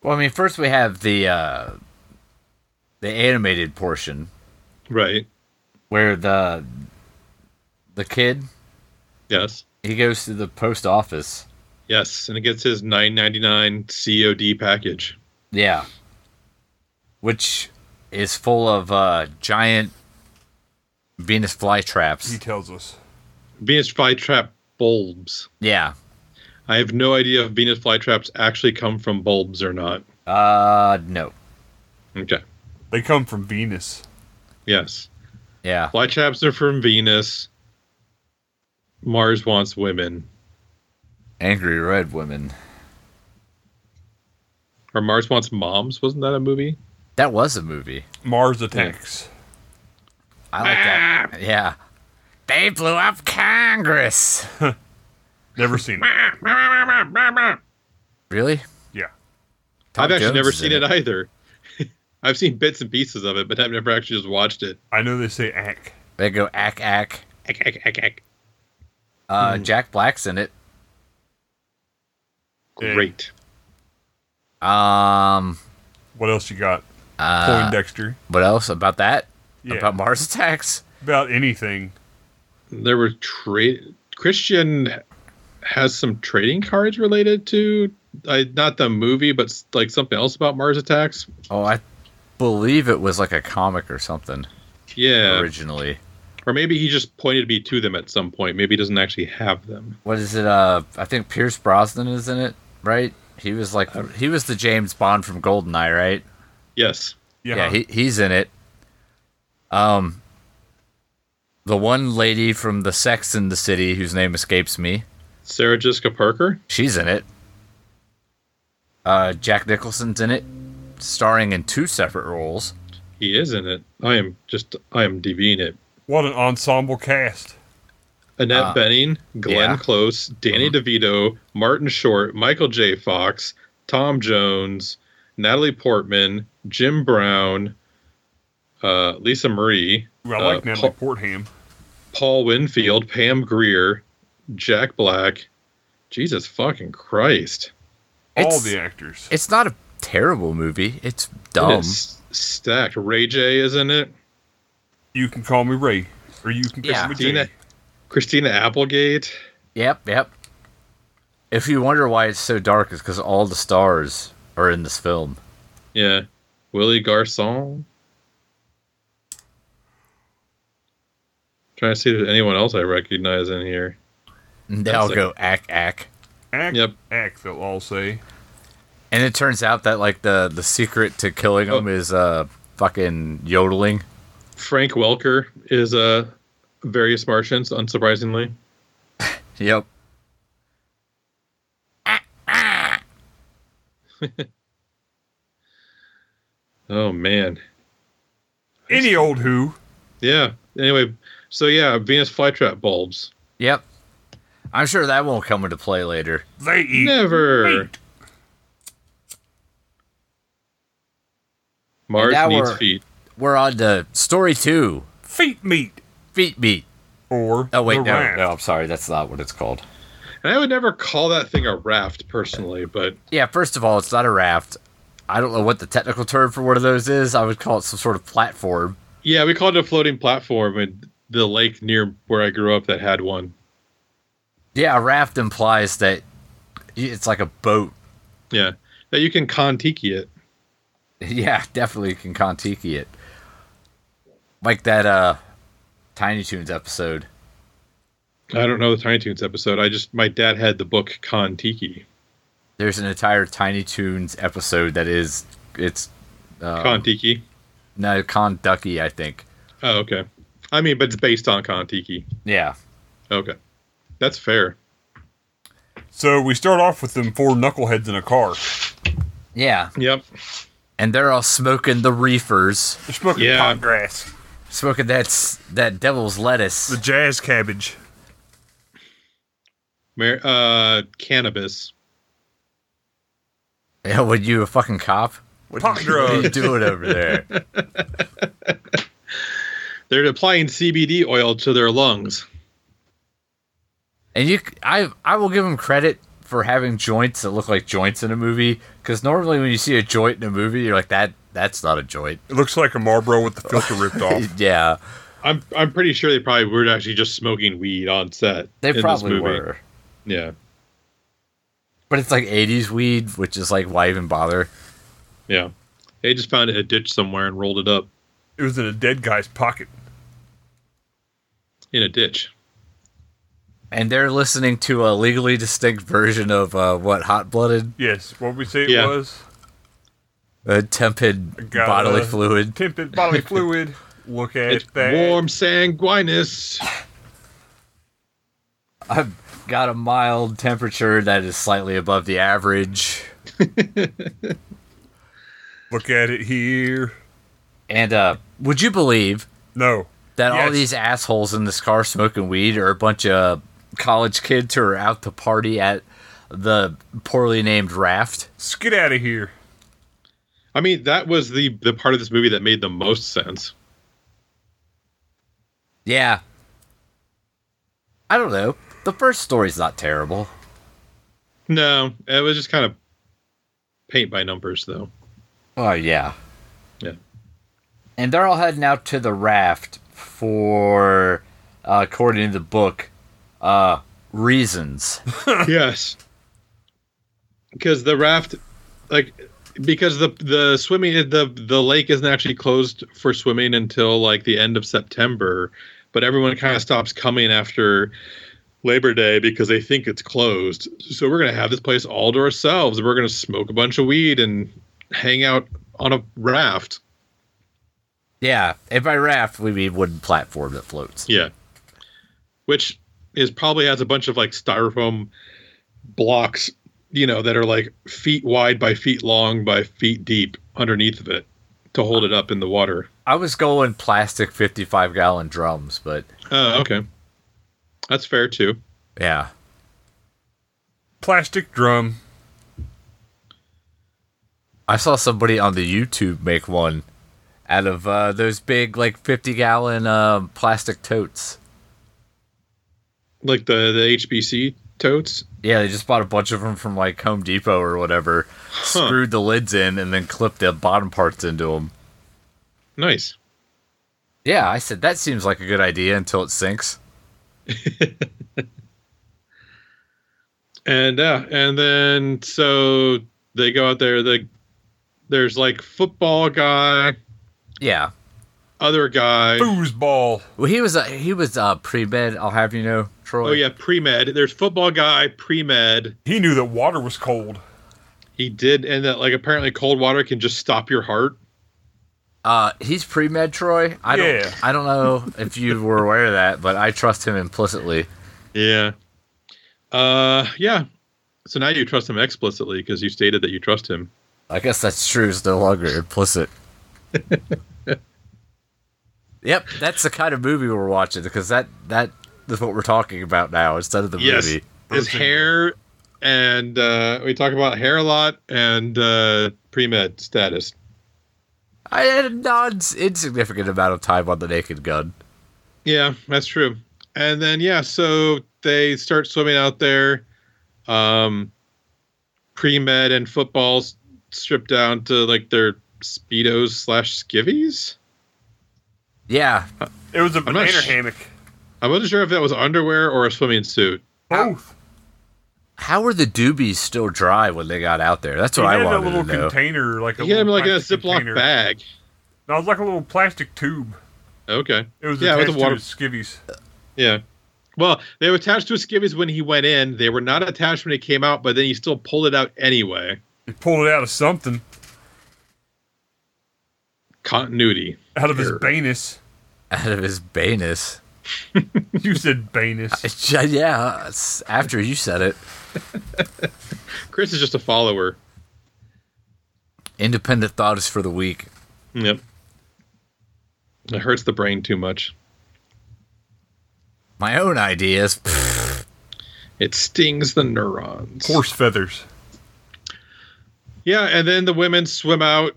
Speaker 1: Well, I mean, first we have the uh, the animated portion
Speaker 3: Right.
Speaker 1: where the the kid
Speaker 3: Yes.
Speaker 1: he goes to the post office.
Speaker 3: Yes, and it gets his 9.99 COD package.
Speaker 1: Yeah. Which is full of uh, giant Venus
Speaker 2: He
Speaker 1: flytraps.
Speaker 2: tells us.
Speaker 3: Venus flytrap bulbs.
Speaker 1: Yeah.
Speaker 3: I have no idea if Venus flytraps actually come from bulbs or not.
Speaker 1: Uh, no.
Speaker 3: Okay.
Speaker 2: They come from Venus.
Speaker 3: Yes.
Speaker 1: Yeah.
Speaker 3: Flytraps are from Venus. Mars wants women,
Speaker 1: Angry red women.
Speaker 3: or Mars wants moms. Wasn't that a movie?
Speaker 1: That was a movie.
Speaker 2: Mars attacks.
Speaker 1: I like
Speaker 3: Ah.
Speaker 1: that. Yeah. They blew up Congress.
Speaker 2: Never seen it.
Speaker 1: Really?
Speaker 2: Yeah.
Speaker 1: Tom
Speaker 3: I've actually
Speaker 1: Jones
Speaker 3: never
Speaker 1: is in
Speaker 3: seen it either. I've seen bits and pieces of it, but I've never actually just watched it.
Speaker 2: I know they say ack.
Speaker 1: They go ack ack.
Speaker 3: Ek, ek, ek, ek.
Speaker 1: Uh,
Speaker 3: Hmm.
Speaker 1: Jack Black's in it.
Speaker 2: Yeah.
Speaker 3: Great.
Speaker 1: Um,
Speaker 2: What else you got? Uh, Poindexter.
Speaker 1: what else about that?
Speaker 2: Yeah.
Speaker 1: About
Speaker 2: About,
Speaker 1: Mars attacks?
Speaker 2: anything.
Speaker 3: There were trade. Christian has some trading cards related to I, not the movie, but s- like something else about Mars attacks.
Speaker 1: Oh, I believe it was like a comic or something
Speaker 3: Yeah,
Speaker 1: originally.
Speaker 3: or maybe he just pointed me to them at some point. Maybe he doesn't actually have them.
Speaker 1: What is it? Uh, I think Pierce Brosnan is in it, right? He was like
Speaker 2: Uh,
Speaker 1: he was the James Bond from Goldeneye, right?
Speaker 3: Yes.
Speaker 2: Yeah.
Speaker 1: Yeah, he, he's in it. Um, the one lady from the sex in the city whose name escapes me,
Speaker 3: Sarah Jessica Parker.
Speaker 1: she's in it. Uh, Jack Nicholson's in it, starring in two separate roles.
Speaker 3: He is in it. I am just I am DVing it.
Speaker 2: what an ensemble cast.
Speaker 3: Annette
Speaker 1: Ah.
Speaker 3: Benning, Glenn
Speaker 1: Yeah.
Speaker 3: Close, Danny DeVito, Martin Short, Michael J. Fox, Tom Jones, Natalie Portman, Jim Brown, uh, Lisa Marie,
Speaker 2: Ooh, I
Speaker 3: uh,
Speaker 2: like Natalie
Speaker 3: Paul,
Speaker 2: Portham.
Speaker 3: Paul Winfield, Pam Greer, Jack Black. Jesus fucking Christ.
Speaker 2: All
Speaker 1: It's-
Speaker 2: the actors.
Speaker 1: It's not a terrible movie. It's
Speaker 3: It
Speaker 1: dumb.
Speaker 3: is stacked. Ray J is in it.
Speaker 2: You can call me Ray, or you can call
Speaker 1: Yeah.
Speaker 2: me
Speaker 3: Christina,
Speaker 2: Jay.
Speaker 3: Christina Applegate.
Speaker 1: Yep, yep. If you wonder why it's so dark, it's because all the stars are in this film.
Speaker 3: Yeah. Willie Garcon. Trying to see if there's anyone else I recognize in here.
Speaker 1: And they all
Speaker 3: That's
Speaker 1: go ack ack.
Speaker 2: Ack,
Speaker 3: Yep.
Speaker 2: ack, they'll all say.
Speaker 1: And it turns out that like the the secret to killing them is uh fucking yodeling.
Speaker 3: Frank Welker is uh various Martians, unsurprisingly.
Speaker 1: Yep.
Speaker 3: Oh man. Oh,
Speaker 2: Any old who.
Speaker 3: Yeah. Anyway, so yeah, Venus flytrap bulbs.
Speaker 1: Yep. I'm sure that won't come into play later.
Speaker 2: They eat
Speaker 3: Never.
Speaker 2: meat.
Speaker 3: Mars
Speaker 1: And now
Speaker 3: needs
Speaker 1: we're-
Speaker 3: feet.
Speaker 1: We're on to story two
Speaker 2: feet meat.
Speaker 1: Feet Meat.
Speaker 2: Or
Speaker 1: Oh, wait,
Speaker 2: the
Speaker 1: no,
Speaker 2: raft.
Speaker 1: no, I'm sorry. That's not what it's called.
Speaker 3: And I would never call that thing a raft personally, but
Speaker 1: Yeah, first of all, it's not a raft. I don't know what the technical term for one of those is. I would call it some sort of platform.
Speaker 3: yeah, we called it a floating platform and the lake near where I grew up that had one.
Speaker 1: Yeah, a raft implies that it's like a boat.
Speaker 3: Yeah. That you can Kontiki it.
Speaker 1: Yeah, definitely can Kontiki it. Like that uh Tiny Toons episode.
Speaker 3: I don't know the Tiny Toons episode. I just my dad had the book Kontiki.
Speaker 1: There's an entire Tiny Toons episode that is it's Oh.
Speaker 3: Kontiki.
Speaker 1: no Con Ducky, I think.
Speaker 3: Oh, okay. I mean, but it's based on Kontiki.
Speaker 1: Yeah.
Speaker 3: Okay. That's fair.
Speaker 2: So we start off with them four knuckleheads in a car.
Speaker 1: Yeah.
Speaker 3: Yep.
Speaker 1: And they're all smoking the reefers.
Speaker 2: They're smoking
Speaker 3: Yeah.
Speaker 2: pot grass.
Speaker 1: Smoking that s- that devil's lettuce.
Speaker 2: The jazz cabbage.
Speaker 3: Mar- uh, cannabis.
Speaker 1: Yeah, would you a fucking cop?
Speaker 2: pot
Speaker 1: What are you
Speaker 2: drugs.
Speaker 1: doing over there?
Speaker 3: They're applying CBD oil to their lungs.
Speaker 1: And you, c- I, I will give him credit for having joints that look like joints in a movie. Because normally when you see a joint in a movie, you're like, that, that's not a joint.
Speaker 2: It looks like a Marlboro with the filter ripped off.
Speaker 1: Yeah,
Speaker 3: I'm I'm pretty sure they probably were actually just smoking weed on set.
Speaker 1: they
Speaker 3: in this
Speaker 1: probably
Speaker 3: movie.
Speaker 1: were.
Speaker 3: Yeah.
Speaker 1: But it's like '80s weed, which is like, why even bother?
Speaker 3: Yeah. They just found it in a ditch somewhere and rolled it up
Speaker 2: It was in a dead guy's pocket.
Speaker 3: in a ditch.
Speaker 1: And they're listening to a legally distinct version of uh, what hot blooded,
Speaker 2: Yes, what we say it
Speaker 3: Yeah.
Speaker 2: was?
Speaker 1: uh, tepid
Speaker 2: Got,
Speaker 1: bodily
Speaker 2: uh,
Speaker 1: fluid.
Speaker 2: Tempted bodily fluid. Look at
Speaker 3: It's
Speaker 2: that.
Speaker 3: warm sanguinus.
Speaker 1: I've got a mild temperature that is slightly above the average.
Speaker 2: Look at it here.
Speaker 1: And uh, would you believe
Speaker 2: No.
Speaker 1: that all
Speaker 2: Yes.
Speaker 1: these assholes in this car smoking weed are a bunch of college kids who are out to party at the poorly named raft.
Speaker 2: Let's get out of here.
Speaker 3: I mean, that was the the part of this movie that made the most sense.
Speaker 1: Yeah. I don't know. The first story's not terrible.
Speaker 3: No, it was just kind of paint by numbers though.
Speaker 1: Oh yeah.
Speaker 3: Yeah.
Speaker 1: And they're all heading out to the raft for uh, according to the book, uh reasons.
Speaker 3: yes. Because the raft like because the the swimming the the lake isn't actually closed for swimming until like the end of September, but everyone kind of stops coming after Labor Day because they think it's closed. So we're going to have this place all to ourselves. We're going to smoke a bunch of weed and hang out on a raft.
Speaker 1: yeah. And by raft we mean wooden platform that floats.
Speaker 3: Yeah. Which is probably has a bunch of like styrofoam blocks, you know, that are like feet wide by feet long by feet deep underneath of it to hold it up in the water.
Speaker 1: I was going plastic fifty five gallon drums, but
Speaker 3: Oh, okay. That's fair too.
Speaker 1: yeah.
Speaker 2: Plastic drum.
Speaker 1: I saw somebody on the YouTube make one out of uh, those big like 50 gallon um, plastic totes.
Speaker 3: Like the the HBC totes.
Speaker 1: Yeah, they just bought a bunch of them from like Home Depot or whatever, screwed the lids in, and then clipped the bottom parts into them.
Speaker 3: Nice.
Speaker 1: Yeah, I said that seems like a good idea until it sinks.
Speaker 3: And uh and then so they go out there the there's like football guy,
Speaker 1: Yeah,
Speaker 3: other guy.
Speaker 2: Foosball.
Speaker 1: well, he was uh, he was uh, pre med. I'll have you know, Troy.
Speaker 3: Oh yeah, pre-med. There's football guy, pre-med.
Speaker 2: He knew that water was cold.
Speaker 3: He did, and that like apparently cold water can just stop your heart.
Speaker 1: Uh, he's pre med, Troy. I
Speaker 2: Yeah.
Speaker 1: don't I don't know if you were aware of that, but I trust him implicitly.
Speaker 3: Yeah. Uh, yeah. So now you trust him explicitly because you stated that you trust him.
Speaker 1: I guess that's true. It's no longer implicit. Yep, that's the kind of movie we're watching because that that is what we're talking about now instead of the
Speaker 3: Yes.
Speaker 1: movie.
Speaker 3: His hair, and uh, we talk about hair a lot and uh, pre med status.
Speaker 1: I had a non insignificant amount of time on the Naked Gun.
Speaker 3: Yeah, that's true. And then yeah, so they start swimming out there. Um pre med and footballs stripped down to like their speedos slash skivvies.
Speaker 1: Yeah,
Speaker 4: It was a
Speaker 3: not
Speaker 4: banana
Speaker 3: sh-
Speaker 4: hammock.
Speaker 3: I wasn't sure if that was underwear or a swimming suit.
Speaker 2: Both.
Speaker 1: how were the doobies still dry when they got out there? That's
Speaker 2: He
Speaker 1: what I
Speaker 2: had a
Speaker 1: wanted
Speaker 2: little
Speaker 1: to know.
Speaker 2: container, like a
Speaker 3: He had him
Speaker 2: little
Speaker 3: like in a
Speaker 2: plastic
Speaker 3: Ziploc
Speaker 2: container.
Speaker 3: bag.
Speaker 2: No, it was like a little plastic tube.
Speaker 3: Okay.
Speaker 2: It was
Speaker 3: Yeah, with
Speaker 2: attached
Speaker 3: the water-
Speaker 2: to his skivvies.
Speaker 3: Yeah. Well, they were attached to his skivvies when he went in. They were not attached when he came out, but then he still pulled it out anyway.
Speaker 2: He pulled it out of something,
Speaker 3: Continuity.
Speaker 2: out of his
Speaker 3: Sure.
Speaker 2: banus.
Speaker 1: Out of his banus.
Speaker 2: You said banus.
Speaker 1: Yeah, it's after you said it.
Speaker 3: Chris is just a follower.
Speaker 1: Independent thought is for the weak.
Speaker 3: Yep. It hurts the brain too much.
Speaker 1: My own ideas.
Speaker 3: It stings the neurons.
Speaker 2: Horse feathers.
Speaker 3: Yeah, and then the women swim out,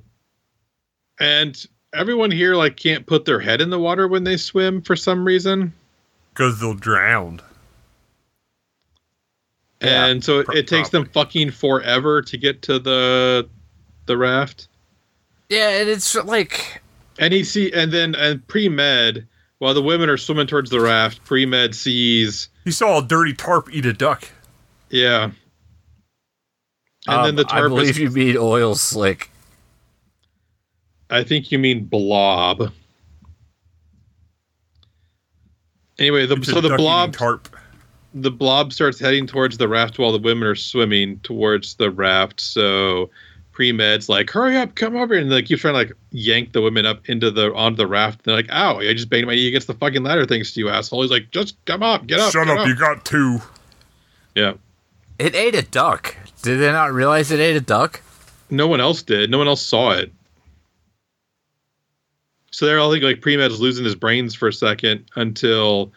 Speaker 3: and everyone here like can't put their head in the water when they swim for some reason,
Speaker 2: Because they'll drown.
Speaker 1: Yeah,
Speaker 3: and so it,
Speaker 2: pro-
Speaker 3: it takes them fucking forever to get to the the raft.
Speaker 1: yeah, and it's like
Speaker 3: And he see, and then and pre med while the women are swimming towards the raft, pre med sees
Speaker 2: He saw a dirty tarp eat a duck.
Speaker 3: yeah. And then
Speaker 1: um,
Speaker 3: the
Speaker 1: I
Speaker 3: tarp
Speaker 1: believe
Speaker 3: is,
Speaker 1: you mean oil slick.
Speaker 3: I think you mean blob. Anyway, the,
Speaker 2: It's a
Speaker 3: so the
Speaker 2: duck-eating
Speaker 3: blob
Speaker 2: tarp.
Speaker 3: the blob starts heading towards the raft while the women are swimming towards the raft. So pre med's like, hurry up, come over, and like keeps trying to like yank the women up into the onto the raft. They're like, ow, I just banged my knee against the fucking ladder thanks to you, asshole. He's like, just come up, get up.
Speaker 2: Shut
Speaker 3: get
Speaker 2: up, you got two.
Speaker 3: yeah.
Speaker 1: It ate a duck. Did they not realize it ate a duck?
Speaker 3: No one else did. No one else saw it. So they're all like, like pre med's losing his brains for a second until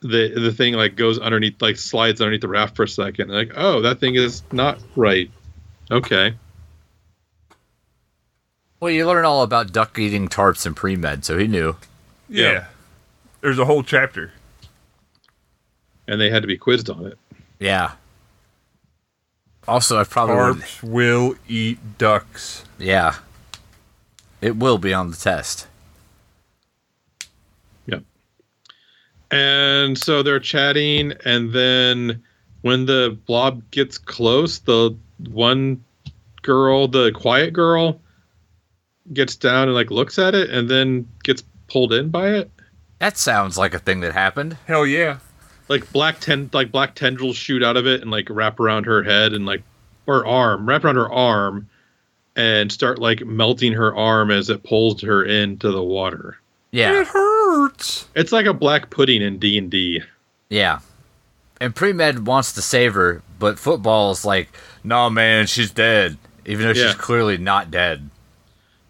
Speaker 3: the the thing like goes underneath like slides underneath the raft for a 2nd like, oh, that thing is not right. Okay.
Speaker 1: Well, you learn all about duck eating tarps in pre med, so he knew.
Speaker 2: Yeah.
Speaker 3: Yeah.
Speaker 2: There's a whole chapter.
Speaker 3: and they had to be quizzed on it.
Speaker 1: Yeah. Also, I probably would,
Speaker 2: Tarps will eat ducks.
Speaker 1: yeah. It will be on the test.
Speaker 3: And so they're chatting, and then when the blob gets close, the one girl, the quiet girl, gets down and like looks at it, and then gets pulled in by it.
Speaker 1: That sounds like a thing that happened.
Speaker 2: Hell yeah.
Speaker 3: Like black ten, like black tendrils shoot out of it and like wrap around her head and like or arm, wrap around her arm, and start like melting her arm as it pulls her into the water.
Speaker 1: Yeah,
Speaker 2: It hurts.
Speaker 3: It's like a black pudding in D and D.
Speaker 1: yeah. And pre med wants to save her, but football's like, nah, man, she's dead. Even though
Speaker 3: Yeah.
Speaker 1: she's clearly not dead.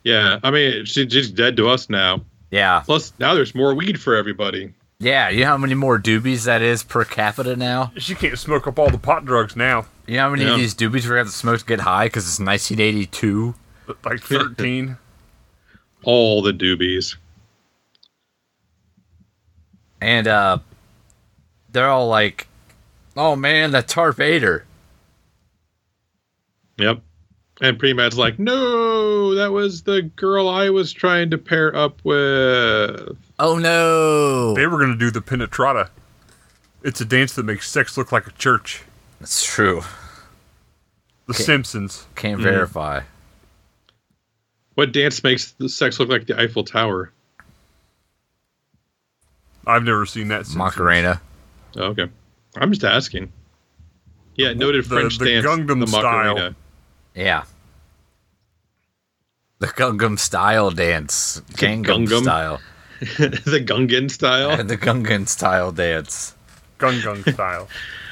Speaker 3: Yeah, I mean, she, she's dead to us now.
Speaker 1: Yeah,
Speaker 3: Plus, now there's more weed for everybody.
Speaker 1: yeah. You know how many more doobies that is per capita now?
Speaker 2: She can't smoke up all the pot drugs now.
Speaker 1: You know how many
Speaker 3: Yeah.
Speaker 1: of these doobies we're gonna have to smoke to get high because it's 1982.
Speaker 2: Like 13.
Speaker 3: All the doobies.
Speaker 1: And uh they're all like, "Oh man, that tarp ate her."
Speaker 3: Yep. And Premad's like, no, that was the girl I was trying to pair up with.
Speaker 1: Oh no,
Speaker 2: They were going to do the penetrata. It's a dance that makes sex look like a church.
Speaker 1: that's true.
Speaker 2: The
Speaker 1: Okay.
Speaker 2: Simpsons.
Speaker 1: Can't verify.
Speaker 3: What dance makes the sex look like the Eiffel Tower?
Speaker 2: I've never seen that. Simpsons.
Speaker 1: Macarena.
Speaker 3: Oh, okay. I'm just asking. Yeah, noted
Speaker 2: The-
Speaker 3: French
Speaker 2: the
Speaker 3: dance.
Speaker 2: Gangnam Style.
Speaker 1: Yeah. The Gungam style dance.
Speaker 3: a
Speaker 1: Gangnam
Speaker 3: Gungam?
Speaker 1: style.
Speaker 3: the Gungan style.
Speaker 1: the Gungan style dance.
Speaker 2: Gung Gung style.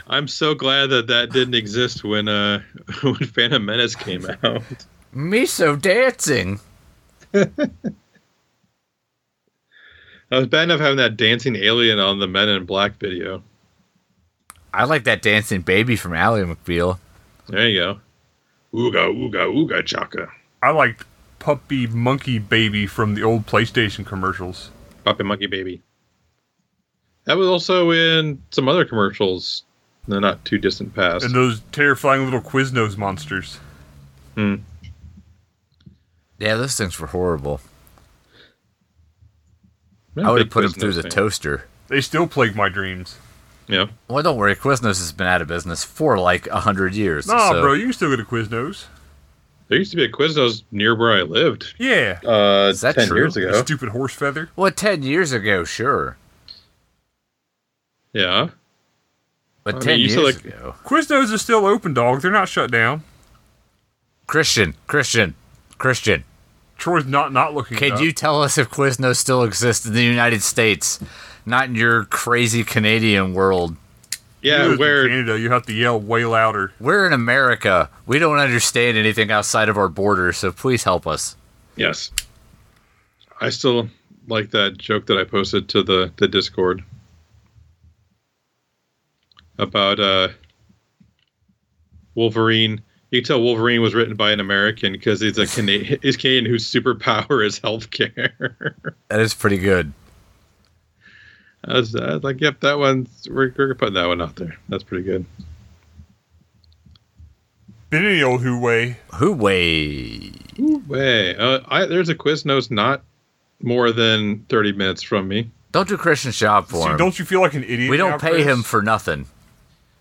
Speaker 3: I'm so glad that that didn't exist when uh when Phantom Menace came out.
Speaker 1: Miso dancing.
Speaker 3: I was bad enough having that dancing alien on the Men in Black video.
Speaker 1: I like that dancing baby from Ally McBeal.
Speaker 3: There you go. Ooga ooga ooga chaka.
Speaker 2: I liked Puppy Monkey Baby from the old PlayStation commercials.
Speaker 3: Puppet Monkey Baby. That was also in some other commercials in the not too distant past.
Speaker 2: And those terrifying little Quiznos monsters.
Speaker 3: Hmm.
Speaker 1: Yeah, those things were horrible.
Speaker 3: I'm a
Speaker 1: I would
Speaker 3: big
Speaker 1: have put them
Speaker 3: Quiznos
Speaker 1: through the
Speaker 3: fan.
Speaker 1: toaster.
Speaker 2: They still plague my dreams.
Speaker 3: Yeah.
Speaker 1: Well, don't worry. Quiznos has been out of business for like a hundred years.
Speaker 2: Nah,
Speaker 1: so-
Speaker 2: bro, you can still get a Quiznos.
Speaker 3: There used to be a Quiznos near where I lived
Speaker 2: Yeah.
Speaker 3: uh,
Speaker 1: Is that
Speaker 3: 10
Speaker 1: true?
Speaker 3: years ago.
Speaker 2: Stupid horse feather.
Speaker 1: Well, ten years ago, sure,
Speaker 3: Yeah.
Speaker 1: but
Speaker 3: I mean,
Speaker 1: ten
Speaker 3: you
Speaker 1: years
Speaker 3: said, like-
Speaker 1: ago,
Speaker 2: Quiznos is still open, dog. They're not shut down.
Speaker 1: Christian, Christian, Christian,
Speaker 2: Troy's not not looking.
Speaker 1: can
Speaker 2: up.
Speaker 1: you tell us if Quiznos still exists in the United States, not in your crazy Canadian world?
Speaker 3: Yeah,
Speaker 2: You live in
Speaker 3: where
Speaker 2: Canada, you have to yell way louder.
Speaker 1: We're in America. We don't understand anything outside of our borders, so please help us.
Speaker 3: Yes. I still like that joke that I posted to the, the Discord about uh, Wolverine. You can tell Wolverine was written by an American because he's a Canadian. he's Canadian whose superpower is healthcare.
Speaker 1: That is pretty good.
Speaker 3: I, was, I was like, yep, that one's we're, we're putting that one out there. That's pretty good.
Speaker 2: Been any old who way.
Speaker 1: Who way?
Speaker 3: Ooh, Way, uh, I, there's a Quiznos not more than thirty minutes from me.
Speaker 1: Don't do Christian's job
Speaker 2: See,
Speaker 1: for him.
Speaker 2: don't you feel like an idiot?
Speaker 1: we
Speaker 2: now,
Speaker 1: don't pay
Speaker 2: Chris?
Speaker 1: him for nothing.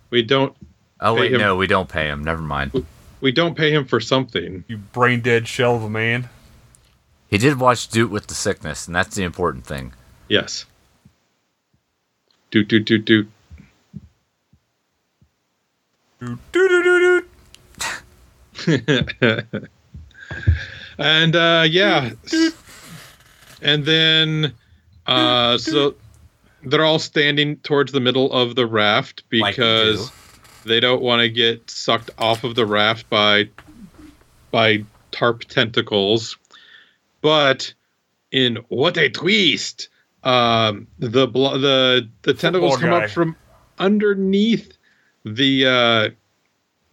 Speaker 3: We don't
Speaker 1: Oh
Speaker 3: Pay
Speaker 1: wait,
Speaker 3: him-
Speaker 1: no, we don't pay him. Never mind.
Speaker 3: we don't pay him for something.
Speaker 2: you brain dead shell of a man.
Speaker 1: He did watch Dude with the sickness, and that's the important thing.
Speaker 3: Yes. Doot doot doot doot.
Speaker 2: Doo, doo, doo, doo, doo.
Speaker 3: and uh, yeah, and then uh, so they're all standing towards the middle of the raft
Speaker 1: Like we do.
Speaker 3: because they don't want to get sucked off of the raft by by tarp tentacles. But in what a twist! Um, the blo- the the tentacles come
Speaker 2: Football guy.
Speaker 3: up from underneath the uh,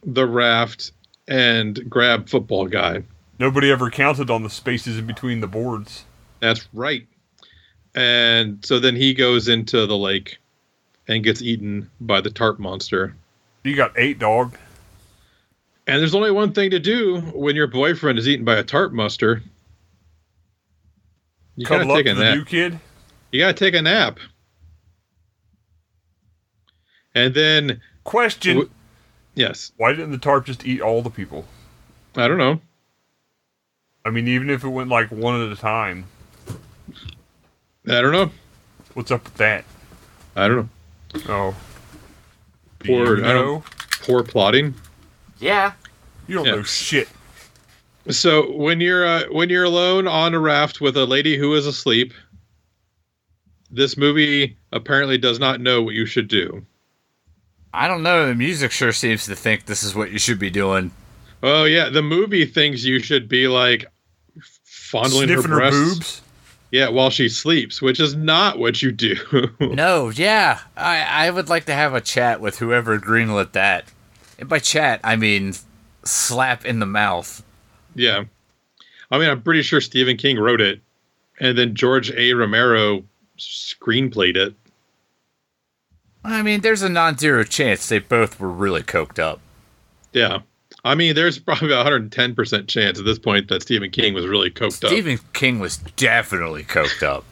Speaker 3: the raft and grab football guy.
Speaker 2: Nobody ever counted on the spaces in between the boards.
Speaker 3: That's right. And so then he goes into the lake and gets eaten by the tarp monster.
Speaker 2: You got eight, dog.
Speaker 3: And there's only one thing to do when your boyfriend is eaten by a tarp monster. You gotta
Speaker 2: Cuddle up
Speaker 3: take
Speaker 2: to
Speaker 3: a
Speaker 2: the
Speaker 3: nap.
Speaker 2: new kid.
Speaker 3: You gotta take a nap. And then
Speaker 2: Question:
Speaker 3: W- yes,
Speaker 2: Why didn't the tarp just eat all the people?
Speaker 3: I don't know.
Speaker 2: I mean, even if it went like one at a time,
Speaker 3: I don't know.
Speaker 2: what's up with that?
Speaker 3: I don't know.
Speaker 2: Oh, Do
Speaker 3: Poor-
Speaker 2: you
Speaker 3: I don't-
Speaker 2: know?
Speaker 3: Poor plotting.
Speaker 1: Yeah.
Speaker 2: You don't
Speaker 3: Yeah.
Speaker 2: know shit.
Speaker 3: So when you're uh, when you're alone on a raft with a lady who is asleep, this movie apparently does not know what you should do.
Speaker 1: I don't know. The music sure seems to think this is what you should be doing.
Speaker 3: Oh yeah, the movie thinks you should be like fondling
Speaker 2: Sniffing
Speaker 3: her
Speaker 2: her,
Speaker 3: breasts.
Speaker 2: boobs.
Speaker 3: Yeah, while she sleeps, which is not what you do.
Speaker 1: No, yeah. I, I would like to have a chat with whoever greenlit that. And by chat, I mean slap in the mouth.
Speaker 3: yeah, I mean I'm pretty sure Stephen King wrote it, and then George A. Romero screenplayed it.
Speaker 1: I mean, there's a non zero chance they both were really coked up.
Speaker 3: Yeah. I mean, there's probably a 110% chance at this point that Stephen King was really coked up.
Speaker 1: Stephen King was definitely coked up.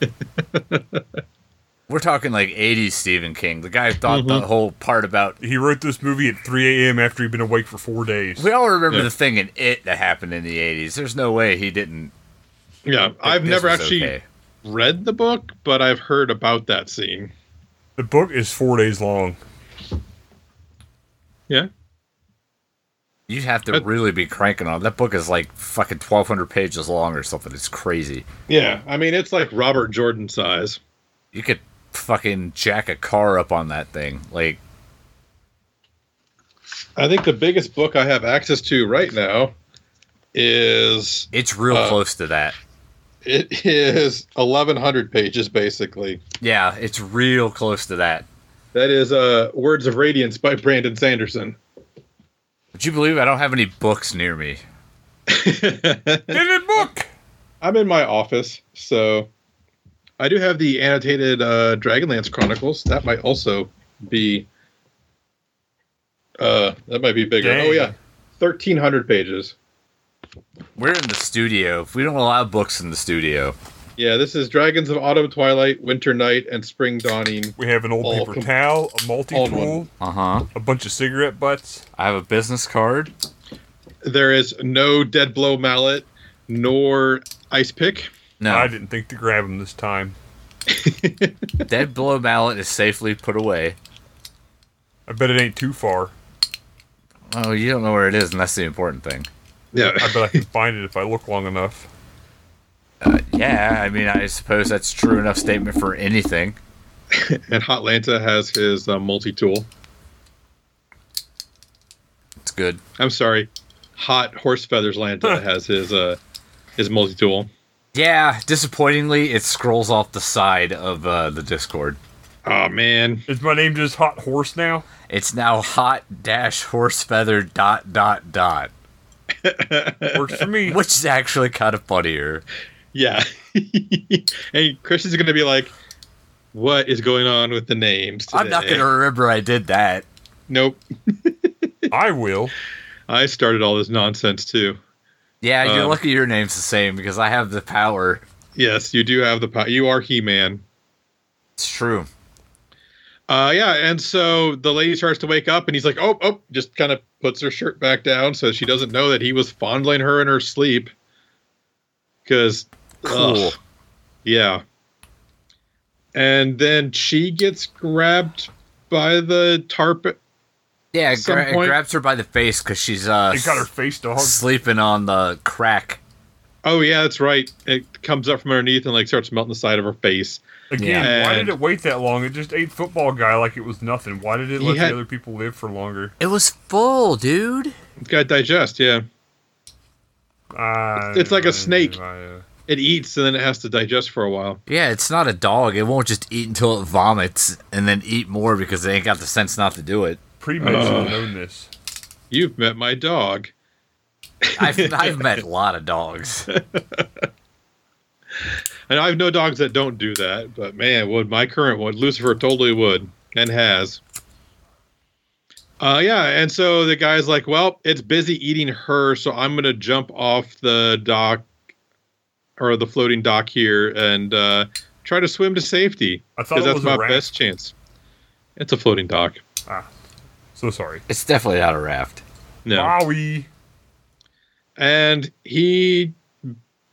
Speaker 1: We're talking like 80s Stephen King. The guy thought the whole part about.
Speaker 2: He wrote this movie at 3 a.m. after he'd been awake for four days.
Speaker 1: We all remember
Speaker 3: Yeah.
Speaker 1: the thing in It that happened in the 80s. There's no way he didn't.
Speaker 3: Yeah,
Speaker 1: think
Speaker 3: I've
Speaker 1: this
Speaker 3: never
Speaker 1: was
Speaker 3: actually
Speaker 1: okay.
Speaker 3: read the book, but I've heard about that scene.
Speaker 2: The book is four days long.
Speaker 3: Yeah.
Speaker 1: You'd have to
Speaker 3: But-
Speaker 1: really be cranking on. That book is like fucking 1,200 pages long or something. It's crazy.
Speaker 3: Yeah. I mean, it's like Robert Jordan size.
Speaker 1: You could fucking jack a car up on that thing. Like,
Speaker 3: I think the biggest book I have access to right now is
Speaker 1: it's real
Speaker 3: Uh,
Speaker 1: close to that.
Speaker 3: It is 1,100 pages, basically.
Speaker 1: Yeah, it's real close to that.
Speaker 3: That is uh, Words of Radiance by Brandon Sanderson.
Speaker 1: Would you believe I don't have any books near me?
Speaker 2: In a book.
Speaker 3: I'm in my office, so I do have the annotated uh, Dragonlance Chronicles. That might also be uh, that might be bigger.
Speaker 2: Dang.
Speaker 3: Oh yeah, thirteen hundred pages.
Speaker 1: We're in the studio. If we don't allow books in the studio,
Speaker 3: Yeah, this is Dragons of Autumn Twilight, Winter Night, and Spring Dawning.
Speaker 2: We have an old
Speaker 3: All
Speaker 2: paper
Speaker 3: com-
Speaker 2: towel, a multi
Speaker 3: all
Speaker 2: tool,
Speaker 3: one.
Speaker 1: uh huh.
Speaker 2: a bunch of cigarette butts.
Speaker 1: I have a business card.
Speaker 3: There is no Dead Blow Mallet nor Ice Pick.
Speaker 1: No,
Speaker 2: I didn't think to grab them this time.
Speaker 1: dead blow mallet is safely put away.
Speaker 2: I bet it ain't too far.
Speaker 1: Oh, you don't know where it is, and that's the important thing.
Speaker 3: Yeah,
Speaker 2: I bet I can find it if I look long enough.
Speaker 1: Uh, Yeah, I mean, I suppose that's true enough statement for anything.
Speaker 3: and Hot Lanta has his uh, multi tool.
Speaker 1: It's good.
Speaker 3: I'm sorry, Hot Horse Feathers Lanta has his uh his multi tool.
Speaker 1: Yeah, disappointingly, it scrolls off the side of uh, the Discord.
Speaker 3: Oh man,
Speaker 2: Is my name just Hot Horse now?
Speaker 1: It's now hot dash horse feather dot dot dot,
Speaker 2: Works for me.
Speaker 1: which is actually kind of funnier.
Speaker 3: Yeah. and Chris is going to be like, what is going on with the names?
Speaker 1: I'm not
Speaker 3: today?"
Speaker 1: gonna remember I did that.
Speaker 3: Nope.
Speaker 2: I will.
Speaker 3: I started all this nonsense too.
Speaker 1: Yeah, you're
Speaker 3: Um,
Speaker 1: lucky your name's the same because I have the power.
Speaker 3: Yes, you do have the power. You are He Man.
Speaker 1: It's true.
Speaker 3: Uh, yeah. And so the lady starts to wake up and he's like, oh, oh, just kind of puts her shirt back down so she doesn't know that he was fondling her in her sleep. Because,
Speaker 1: Cool.
Speaker 3: yeah. And then she gets grabbed by the tarp.
Speaker 1: Yeah, it,
Speaker 3: Some
Speaker 1: gra- it
Speaker 3: point-
Speaker 1: grabs her by the face because she's uh
Speaker 2: It got her face dog.
Speaker 1: sleeping on the crack.
Speaker 3: Oh yeah, that's right. It comes up from underneath and like starts melting the side of her face.
Speaker 2: Again, why
Speaker 3: And-
Speaker 2: did it wait that long? It just ate football guy like it was nothing. Why did it
Speaker 3: He
Speaker 2: let
Speaker 3: had-
Speaker 2: the other people live for longer?
Speaker 1: It was full, dude.
Speaker 3: It's got to digest. Yeah,
Speaker 2: Uh,
Speaker 3: It's like a snake.
Speaker 2: I, uh,
Speaker 3: it eats and then it has to digest for a while.
Speaker 1: Yeah, it's not a dog. It won't just eat until it vomits and then eat more because it ain't got the sense not to do it.
Speaker 2: Pre-med should
Speaker 3: Ugh.
Speaker 2: have known this.
Speaker 3: You've met my dog.
Speaker 1: I've, I've met a lot of dogs.
Speaker 3: And I have no dogs that don't do that. But man, would my current one, Lucifer, totally would and has. Uh, yeah, and so the guy's like, "Well, it's busy eating her, so I'm gonna jump off the dock or the floating dock here and uh, try to swim to safety
Speaker 2: I thought
Speaker 3: because
Speaker 2: it
Speaker 3: that's
Speaker 2: was a
Speaker 3: my
Speaker 2: rat.
Speaker 3: best chance." It's a floating dock.
Speaker 2: So sorry.
Speaker 1: It's definitely not a raft.
Speaker 3: No.
Speaker 2: Wowie.
Speaker 3: and he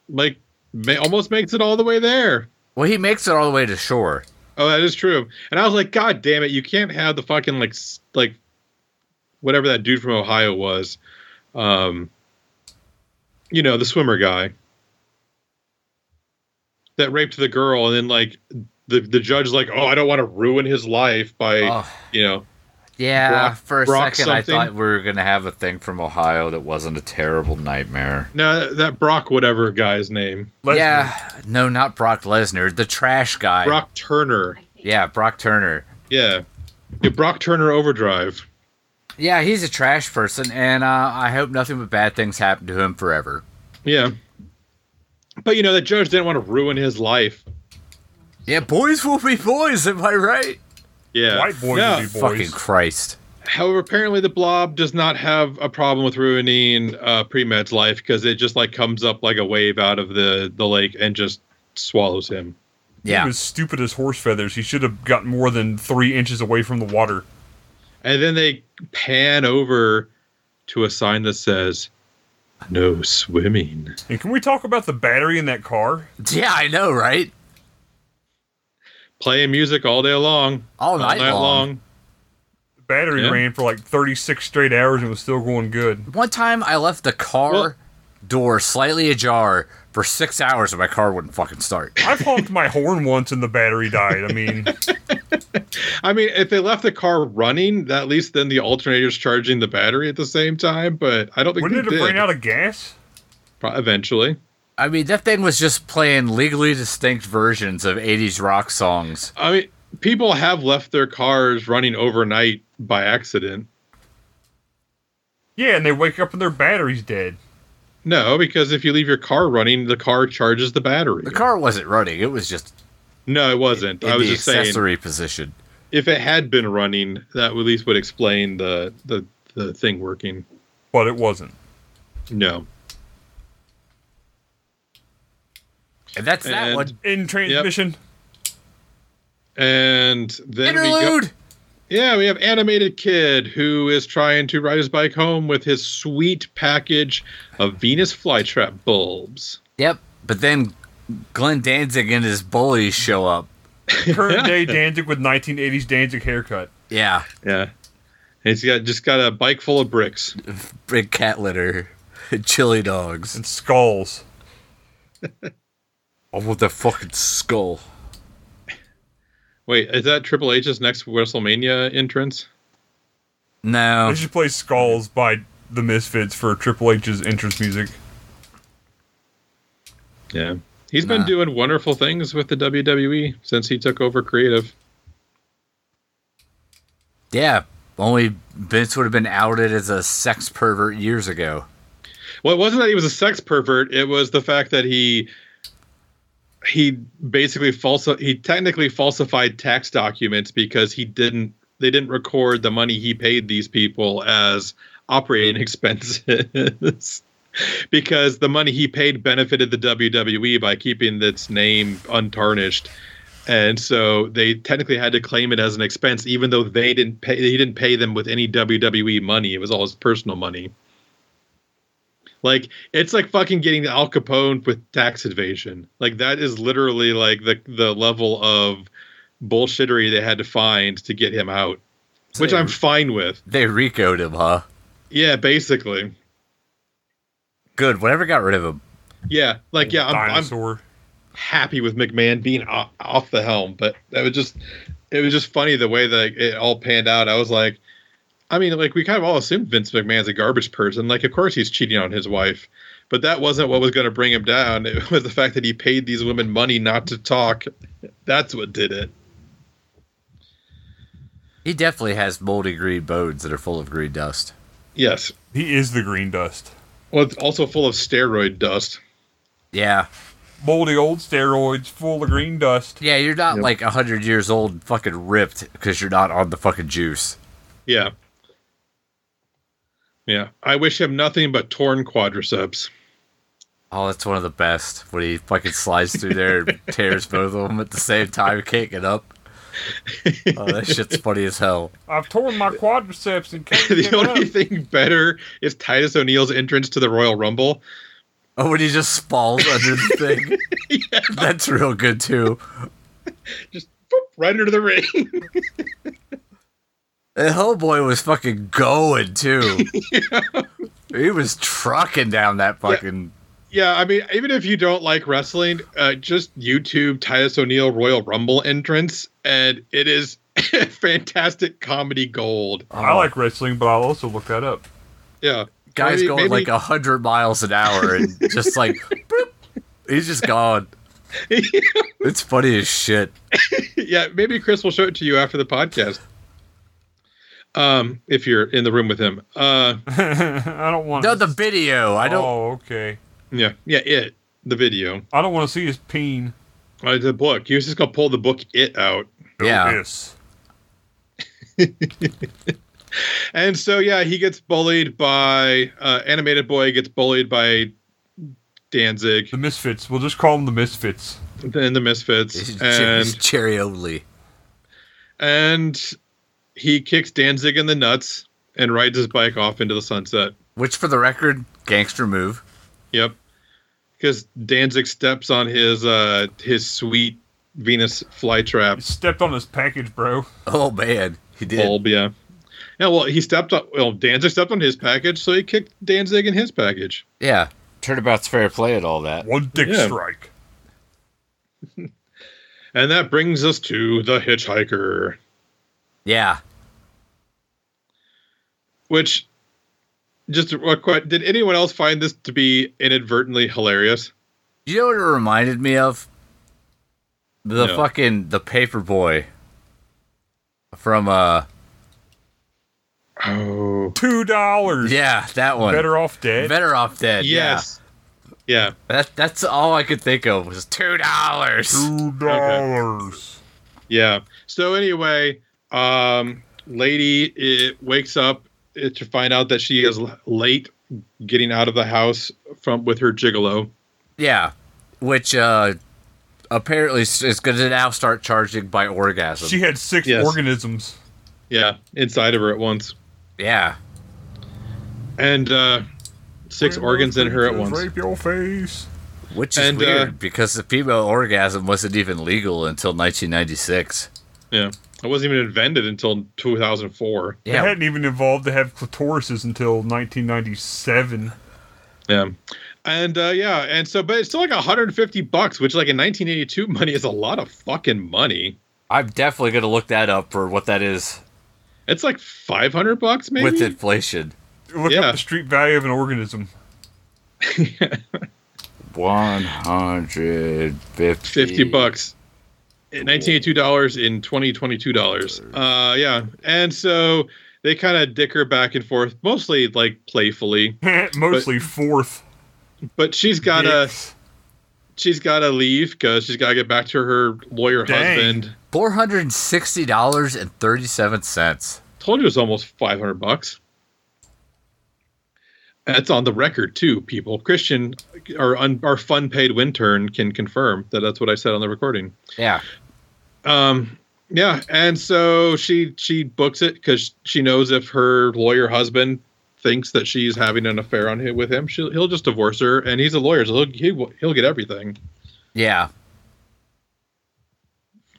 Speaker 3: like ma- almost makes it all the way there.
Speaker 1: Well, he makes it all the way to shore.
Speaker 3: Oh, that is true. And I was like, God damn it, you can't have the fucking like s- like whatever that dude from Ohio was, um, you know, the swimmer guy that raped the girl, and then like the the judge like, oh, I don't want to ruin his life by
Speaker 1: Oh,
Speaker 3: you know,
Speaker 1: yeah,
Speaker 3: Brock-
Speaker 1: for a
Speaker 3: Brock
Speaker 1: second I
Speaker 3: something?
Speaker 1: thought we were going to have a thing from Ohio that wasn't a terrible nightmare.
Speaker 3: no that Brock whatever guy's name,
Speaker 2: Lesnar.
Speaker 1: Yeah, no, not Brock Lesnar, the trash guy.
Speaker 3: Brock Turner,
Speaker 1: Yeah, Brock Turner.
Speaker 3: yeah, yeah, Brock Turner Overdrive.
Speaker 1: Yeah, he's a trash person, and uh, I hope nothing but bad things happen to him forever.
Speaker 3: Yeah. But you know, the judge didn't want to ruin his life.
Speaker 1: Yeah, boys will be boys, am I right?
Speaker 3: Yeah.
Speaker 2: White boys
Speaker 3: No.
Speaker 2: would be boys.
Speaker 1: Fucking Christ.
Speaker 3: However, apparently the blob does not have a problem with ruining uh pre-med's life because it just like comes up like a wave out of the the lake and just swallows him.
Speaker 2: He
Speaker 1: Yeah.
Speaker 2: was stupid as horse feathers. He should have gotten more than three inches away from the water.
Speaker 3: And then they pan over to a sign that says no swimming.
Speaker 2: And can we talk about the battery in that car?
Speaker 1: Yeah, I know, right?
Speaker 3: Playing music all day long.
Speaker 1: All night, long.
Speaker 2: The battery
Speaker 3: Yeah.
Speaker 2: ran for like 36 straight hours and was still going good.
Speaker 1: One time I left the car
Speaker 3: Well-
Speaker 1: door slightly ajar for six hours and my car wouldn't fucking start.
Speaker 2: I've honked my horn once and the battery died. I mean,
Speaker 3: I mean, if they left the car running, at least then the alternator's charging the battery at the same time, but I don't think
Speaker 2: wouldn't it
Speaker 3: they
Speaker 2: have
Speaker 3: did.
Speaker 2: ran out of gas?
Speaker 3: Pro- eventually.
Speaker 1: I mean, that thing was just playing legally distinct versions of 80s rock songs.
Speaker 3: I mean, people have left their cars running overnight by accident.
Speaker 2: Yeah, and they wake up and their battery's dead.
Speaker 3: No, because if you leave your car running, the car charges the battery.
Speaker 1: The car wasn't running, it was just
Speaker 3: No, it wasn't.
Speaker 1: in
Speaker 3: I was
Speaker 1: the
Speaker 3: just saying
Speaker 1: accessory position.
Speaker 3: if it had been running, that at least would explain the the, the thing working.
Speaker 2: But it wasn't.
Speaker 3: No.
Speaker 1: And that's that
Speaker 3: And-
Speaker 1: one.
Speaker 2: In transmission.
Speaker 3: And then we go
Speaker 1: Interlude!
Speaker 3: Yeah, we have animated kid who is trying to ride his bike home with his sweet package of Venus flytrap bulbs.
Speaker 1: Yep. But then Glenn Danzig and his bullies show up.
Speaker 2: Current day Danzig with 1980s Danzig haircut.
Speaker 1: Yeah.
Speaker 3: Yeah. And he's got just got a bike full of bricks.
Speaker 1: Big cat litter. Chili dogs.
Speaker 2: and skulls.
Speaker 1: Oh, with the fucking skull.
Speaker 3: Wait, is that Triple H's next WrestleMania entrance?
Speaker 1: No.
Speaker 2: They should play Skulls by the Misfits for Triple H's entrance music.
Speaker 3: Yeah. He's been
Speaker 1: Nah.
Speaker 3: doing wonderful things with the WWE since he took over creative.
Speaker 1: Yeah. Only Vince would have been outed as a sex pervert years ago.
Speaker 3: Well, it wasn't that he was a sex pervert, it was the fact that he he basically falsi- he technically falsified tax documents because he didn't they didn't record the money he paid these people as operating expenses. because the money he paid benefited the WWE by keeping its name untarnished. And so they technically had to claim it as an expense, even though they didn't pay. He didn't pay them with any WWE money. It was all his personal money. Like it's like fucking getting Al Capone with tax evasion. Like that is literally like the the level of bullshittery they had to find to get him out, which
Speaker 1: They-
Speaker 3: I'm fine with.
Speaker 1: They Rico'd him, huh?
Speaker 3: Yeah, basically.
Speaker 1: Good. Whatever got rid of him.
Speaker 3: Yeah, like yeah, I'm, I'm
Speaker 2: Dinosaur.
Speaker 3: happy with McMahon being off, off the helm, but that was just it was just funny the way that it all panned out. I was like, I mean, like we kind of all assumed Vince McMahon's a garbage person. Like, of course he's cheating on his wife, but that wasn't what was going to bring him down. It was the fact that he paid these women money not to talk. That's what did it.
Speaker 1: He definitely has moldy green bones that are full of green dust.
Speaker 3: Yes,
Speaker 2: He is the green dust.
Speaker 3: well, it's also full of steroid dust.
Speaker 1: Yeah.
Speaker 2: Moldy old steroids full of green dust.
Speaker 1: Yeah, you're not like like 100 years old and fucking ripped because you're not on the fucking juice.
Speaker 3: Yeah, yeah. I wish him nothing but torn quadriceps.
Speaker 1: Oh, that's one of the best when he fucking slides through there and tears both of them at the same time, can't get up. Oh, that shit's funny as hell.
Speaker 2: I've torn my quadriceps and can't get
Speaker 3: the only
Speaker 2: it up.
Speaker 3: thing better is Titus O'Neil's entrance to the Royal Rumble.
Speaker 1: Oh, when he just falls under the thing. That's real good too.
Speaker 3: Boop, right into the ring.
Speaker 1: And Hellboy was fucking going too. He was trucking down that fucking.
Speaker 3: yeah, I mean, even if you don't like wrestling, uh, just YouTube Titus O'Neil Royal Rumble entrance, and it is fantastic comedy gold.
Speaker 1: Uh, Oh.
Speaker 2: I like wrestling, but I'll also look that up.
Speaker 3: Yeah.
Speaker 1: guys
Speaker 3: Maybe-
Speaker 1: going like
Speaker 3: maybe-
Speaker 1: a hundred miles an hour and just like boop, he's just gone. it's funny as shit.
Speaker 3: yeah, maybe Chris will show it to you after the podcast. Um, if you're in the room with him. Uh,
Speaker 2: I don't want
Speaker 1: No, the video. I don't.
Speaker 2: Oh, okay.
Speaker 3: yeah, yeah, it the video,
Speaker 2: I don't want to see his peen.
Speaker 3: uh, the book. He was just gonna pull the book it out.
Speaker 1: yeah,
Speaker 2: Oh, Yes.
Speaker 3: And so yeah, he gets bullied by uh, animated boy gets bullied by Danzig,
Speaker 2: The Misfits. We'll just call them the Misfits.
Speaker 3: then the Misfits,
Speaker 1: It's che- it's
Speaker 3: and
Speaker 1: cherry only.
Speaker 3: and he kicks Danzig in the nuts and rides his bike off into the sunset.
Speaker 1: Which, for the record, gangster move.
Speaker 3: Yep, because Danzig steps on his uh his sweet Venus
Speaker 2: He
Speaker 3: flytrap
Speaker 2: stepped on his package, bro.
Speaker 1: Oh man, he did.
Speaker 3: bulb. Yeah, yeah. Well, he stepped on. Well, Danzig stepped on his package, so he kicked Danzig in his package.
Speaker 1: Yeah, turnabout's fair play and all that.
Speaker 2: One dick
Speaker 3: Yeah.
Speaker 2: strike.
Speaker 3: And that brings us to the hitchhiker.
Speaker 1: Yeah,
Speaker 3: Which, just a quick, did anyone else find this to be inadvertently hilarious?
Speaker 1: You know what it reminded me of? The
Speaker 3: No.
Speaker 1: fucking the paper boy from uh
Speaker 3: Oh.
Speaker 2: Two dollars.
Speaker 1: yeah, that one.
Speaker 2: Better off dead.
Speaker 1: Better off dead.
Speaker 3: Yes. Yeah.
Speaker 1: Yeah. That that's all I could think of was two dollars.
Speaker 2: Two dollars.
Speaker 3: Yeah. So anyway, um, lady it wakes up eh, to find out that she is l- late getting out of the house from with her gigolo.
Speaker 1: Yeah. Which uh apparently is- is gonna now start charging by orgasm.
Speaker 2: She had six
Speaker 3: Yes.
Speaker 2: organisms.
Speaker 3: Yeah, inside of her at once,
Speaker 1: yeah.
Speaker 3: and uh, six organs in her at once.
Speaker 2: Rape your face.
Speaker 1: Which is
Speaker 3: And, uh,
Speaker 1: weird because the female orgasm wasn't even legal until nineteen ninety six.
Speaker 3: Yeah, it wasn't even invented until 2004.
Speaker 2: It hadn't even evolved to have clitorises until 1997.
Speaker 3: Yeah. And uh, yeah, and so, but it's still like 150 bucks, which like in 1982 money is a lot of fucking money.
Speaker 1: I'm definitely gonna look that up for what that is
Speaker 3: It's like 500 bucks maybe.
Speaker 1: with inflation.
Speaker 2: Look
Speaker 3: Yeah.
Speaker 2: up the street value of an organism.
Speaker 1: One hundred fifty.
Speaker 3: 50 bucks 1982 dollars in 2022 dollars uh yeah and so they kind of dicker back and forth mostly like playfully
Speaker 2: Mostly fourth.
Speaker 3: but she's gotta
Speaker 2: Dicks.
Speaker 3: she's gotta leave because she's gotta get back to her lawyer
Speaker 2: Dang.
Speaker 3: husband
Speaker 1: Four hundred and sixty dollars and thirty seven cents.
Speaker 3: told you it was almost 500 bucks that's on the record too people christian our, un, our fun paid intern can confirm that that's what i said on the recording
Speaker 1: Yeah.
Speaker 3: um yeah and so she she books it because she knows if her lawyer husband thinks that she's having an affair on him with him she'll, he'll just divorce her and he's a lawyer so he'll, he, will- he'll get everything
Speaker 1: Yeah.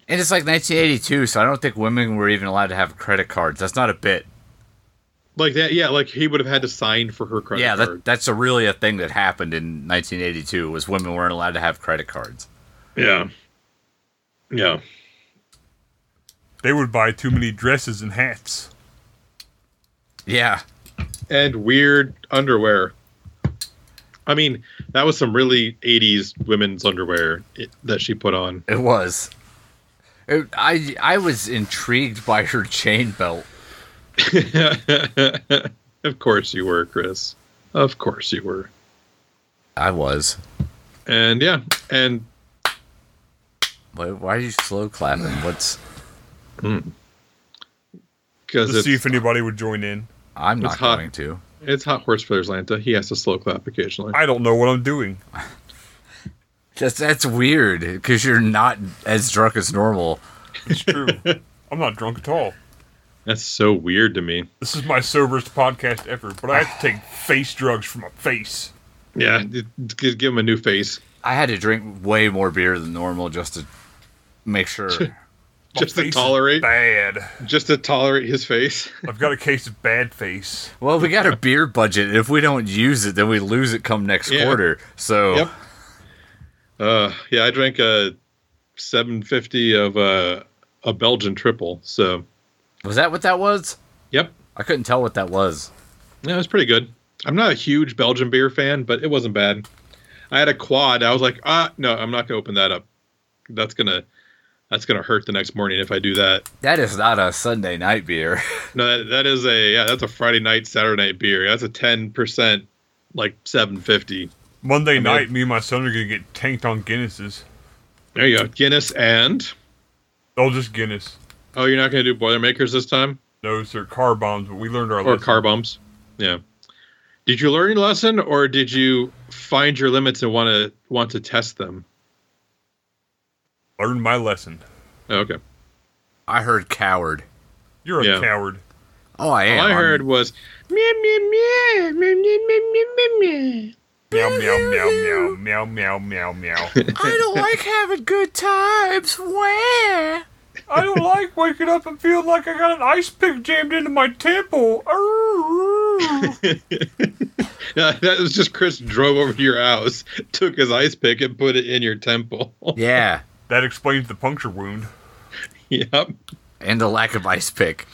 Speaker 1: And it's like nineteen eighty two, so I don't think women were even allowed to have credit cards. That's not a bit.
Speaker 3: like that yeah like he would have had to sign for her credit
Speaker 1: yeah,
Speaker 3: card
Speaker 1: that, that's a really a thing that happened in nineteen eighty two was women weren't allowed to have credit cards.
Speaker 3: yeah yeah
Speaker 2: They would buy too many dresses and hats.
Speaker 1: Yeah.
Speaker 3: and weird underwear i mean that was some really 80s women's underwear i- that she put on
Speaker 1: It was. It, I I was intrigued by her chain belt.
Speaker 3: of course you were chris of course you were
Speaker 1: I was.
Speaker 3: and yeah and
Speaker 1: Why, why are you slow clapping? What's
Speaker 3: because
Speaker 2: Let's see
Speaker 3: it's,
Speaker 2: if anybody would join in.
Speaker 1: I'm
Speaker 3: It's
Speaker 1: not
Speaker 3: hot.
Speaker 1: going to.
Speaker 3: it's hot horse for Atlanta. He has to slow clap occasionally.
Speaker 2: I don't know what I'm doing.
Speaker 1: That's that's weird because you're not as drunk as normal.
Speaker 2: It's true. I'm not drunk at all.
Speaker 3: That's so weird to me.
Speaker 2: This is my soberest podcast ever, but I have to take face drugs for my face.
Speaker 3: Yeah, it- it- give give him a new face
Speaker 1: I had to drink way more beer than normal just to make sure.
Speaker 2: My
Speaker 3: just
Speaker 2: face
Speaker 3: to
Speaker 2: is
Speaker 3: tolerate,
Speaker 2: Bad.
Speaker 3: just to tolerate his face.
Speaker 2: I've got a case of bad face.
Speaker 1: well, we got a beer budget. and If we don't use it, then we lose it come next
Speaker 3: Yeah.
Speaker 1: quarter. So
Speaker 3: Yep. Uh, yeah, I drank a 750 of uh, a Belgian triple. So,
Speaker 1: was that what that was?
Speaker 3: yep,
Speaker 1: I couldn't tell what that was.
Speaker 3: yeah, it was pretty good. I'm not a huge Belgian beer fan, but it wasn't bad. I had a quad. I was like, ah, no, I'm not gonna open that up. That's gonna, that's gonna hurt the next morning if I do that.
Speaker 1: That is not a Sunday night beer.
Speaker 3: No, that, that is a yeah, that's a Friday night, Saturday night beer. That's a ten percent, like seven fifty.
Speaker 2: Monday
Speaker 3: mean-
Speaker 2: night, me and my son are gonna get tanked on Guinnesses.
Speaker 3: There you go, Guinness and
Speaker 2: Oh, just Guinness.
Speaker 3: oh, you're not gonna do Boilermakers this time
Speaker 2: Those are car bombs, but we learned our
Speaker 3: or
Speaker 2: lesson.
Speaker 3: car bumps? Yeah. Did you learn your lesson or did you find your limits and want to want to test them?
Speaker 2: learned my lesson.
Speaker 3: Oh, okay.
Speaker 1: I heard coward.
Speaker 2: You're a
Speaker 3: Yeah.
Speaker 2: coward.
Speaker 1: Oh, I am.
Speaker 3: All I
Speaker 1: I'm-
Speaker 3: heard was meow meow meow meow meow meow meow meow.
Speaker 2: Meow meow meow meow meow meow meow meow.
Speaker 1: I don't like having good times. Where?
Speaker 2: I don't like waking up and feeling like I got an ice pick jammed into my temple. Arrgh.
Speaker 3: Yeah, Uh, that was just Chris drove over to your house, took his ice pick and put it in your temple.
Speaker 1: Yeah,
Speaker 2: that explains the puncture wound.
Speaker 3: yep.
Speaker 1: and the lack of ice pick.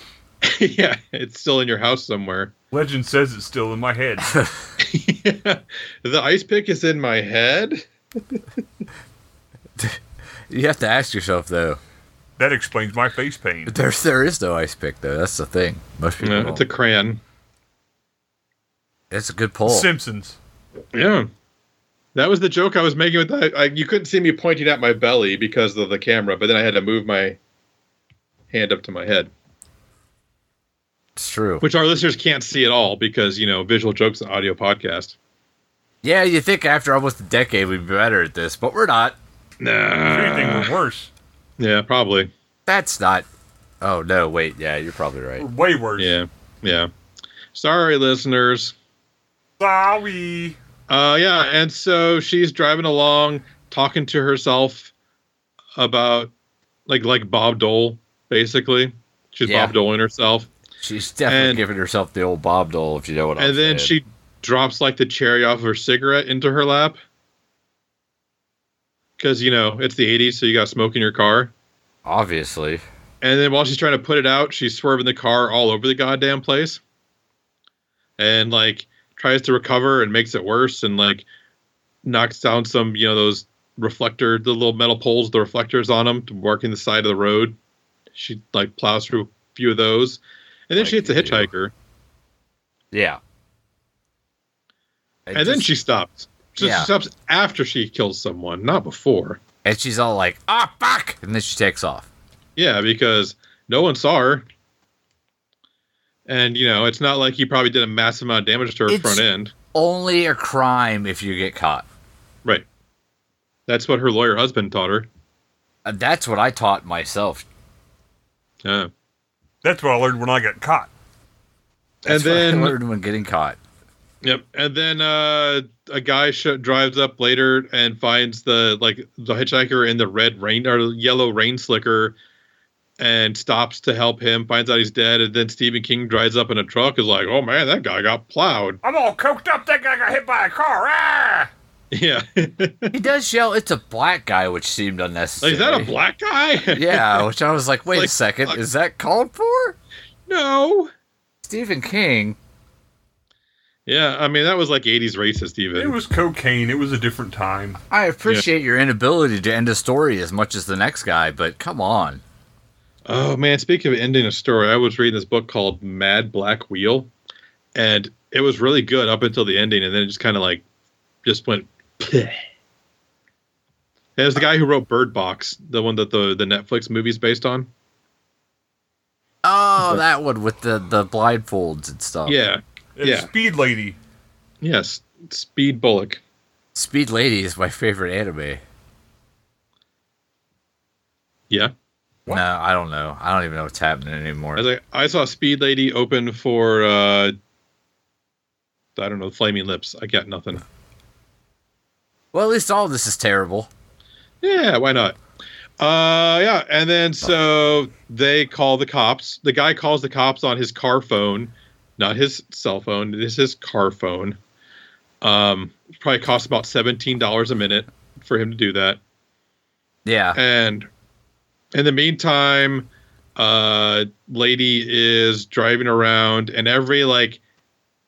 Speaker 3: yeah, it's still in your house somewhere.
Speaker 2: Legend says it's still in my head.
Speaker 3: the ice pick is in my head.
Speaker 1: You have to ask yourself though.
Speaker 2: That explains my face pain.
Speaker 1: There, there is no ice pick though. That's the thing. Most people.
Speaker 3: Yeah,
Speaker 1: don't.
Speaker 3: Uh, it's a crayon.
Speaker 1: It's a good poll.
Speaker 2: Simpsons.
Speaker 3: Yeah. That was the joke I was making with that. I, you couldn't see me pointing at my belly because of the camera, but then I had to move my hand up to my head,
Speaker 1: It's true.
Speaker 3: which our listeners can't see at all because, you know, visual jokes and audio podcast.
Speaker 1: Yeah, you think after almost a decade we'd be better at this, but we're not.
Speaker 2: If anything,
Speaker 3: Nah.
Speaker 2: we're worse.
Speaker 3: Yeah, probably.
Speaker 1: That's not. Oh no! Wait. Yeah, you're probably right.
Speaker 2: We're way worse.
Speaker 3: Yeah. Yeah. Sorry, listeners.
Speaker 2: Sorry.
Speaker 3: Uh, yeah, and so she's driving along, talking to herself about like like Bob Dole, basically. She's
Speaker 1: Yeah.
Speaker 3: Bob Doling herself,
Speaker 1: She's definitely
Speaker 3: And-
Speaker 1: giving herself the old Bob Dole, if you know what I'm
Speaker 3: and then
Speaker 1: saying.
Speaker 3: she drops like the cherry off of her cigarette into her lap because you know it's the '80s, so you got smoke in your car.
Speaker 1: obviously.
Speaker 3: And then while she's trying to put it out, she's swerving the car all over the goddamn place. And like tries to recover and makes it worse and like knocks down some, you know, those reflector, the little metal poles, with the reflectors on them, marking the side of the road. She like plows through a few of those. And then she
Speaker 1: Like
Speaker 3: hits a
Speaker 1: you do.
Speaker 3: hitchhiker.
Speaker 1: Yeah.
Speaker 3: and then
Speaker 1: just-
Speaker 3: she stops. She
Speaker 1: Yeah.
Speaker 3: stops after she kills someone, not before.
Speaker 1: and she's all like, "Ah, fuck!" And then she takes off.
Speaker 3: Yeah, because no one saw her. And you know, it's not like he probably did a massive amount of damage to her
Speaker 1: It's-
Speaker 3: front end.
Speaker 1: Only a crime if you get caught.
Speaker 3: Right. That's what her lawyer husband taught her.
Speaker 1: Uh, That's what I taught myself.
Speaker 3: Yeah.
Speaker 2: That's what I learned when I got caught.
Speaker 3: And
Speaker 1: That's what I
Speaker 3: then,
Speaker 1: learned when getting caught.
Speaker 3: yep. And then uh, a guy sh- drives up later and finds the like the hitchhiker in the red rain or yellow rain slicker, and stops to help him. Finds out he's dead, and then Stephen King drives up in a truck. Is like, oh man, that guy got plowed.
Speaker 2: I'm all coked up. That guy got hit by a car. Ah!
Speaker 3: Yeah. like,
Speaker 1: He does yell, "It's a black guy," which seemed unnecessary.
Speaker 3: is that a black guy?
Speaker 1: Yeah, which I was like, "Wait a
Speaker 3: Like,
Speaker 1: second,
Speaker 3: fuck.
Speaker 1: is that called for?"
Speaker 3: no.
Speaker 1: Stephen King.
Speaker 3: Yeah, I mean that was like '80s racist, even.
Speaker 2: It was cocaine. It was a different time.
Speaker 1: I appreciate your inability to end a story as much as the next guy, but come on.
Speaker 3: Oh man, speaking of ending a story, I was reading this book called Mad Black Wheel, and it was really good up until the ending, and then it just kind of like just went. Pleh. It was the guy who wrote Bird Box, the one that the the Netflix movie's based on.
Speaker 1: Oh, that one with the the blindfolds and stuff.
Speaker 3: Yeah,
Speaker 2: And
Speaker 3: Yeah.
Speaker 2: Speed Lady.
Speaker 3: yes, Speed Bullock.
Speaker 1: Speed Lady is my favorite anime.
Speaker 3: Yeah,
Speaker 2: What?
Speaker 1: No, I don't know. I don't even know what's happening anymore.
Speaker 3: I was like, I saw Speed Lady open for uh, I don't know, Flaming Lips. I got nothing.
Speaker 1: well, at least all this is terrible.
Speaker 3: Yeah, why not? Uh, yeah, and then so they call the cops. The guy calls the cops on his car phone, not his cell phone. This is his car phone. Um, probably costs about seventeen dollars a minute for him to do that.
Speaker 1: Yeah.
Speaker 3: And in the meantime, uh, lady is driving around, and every like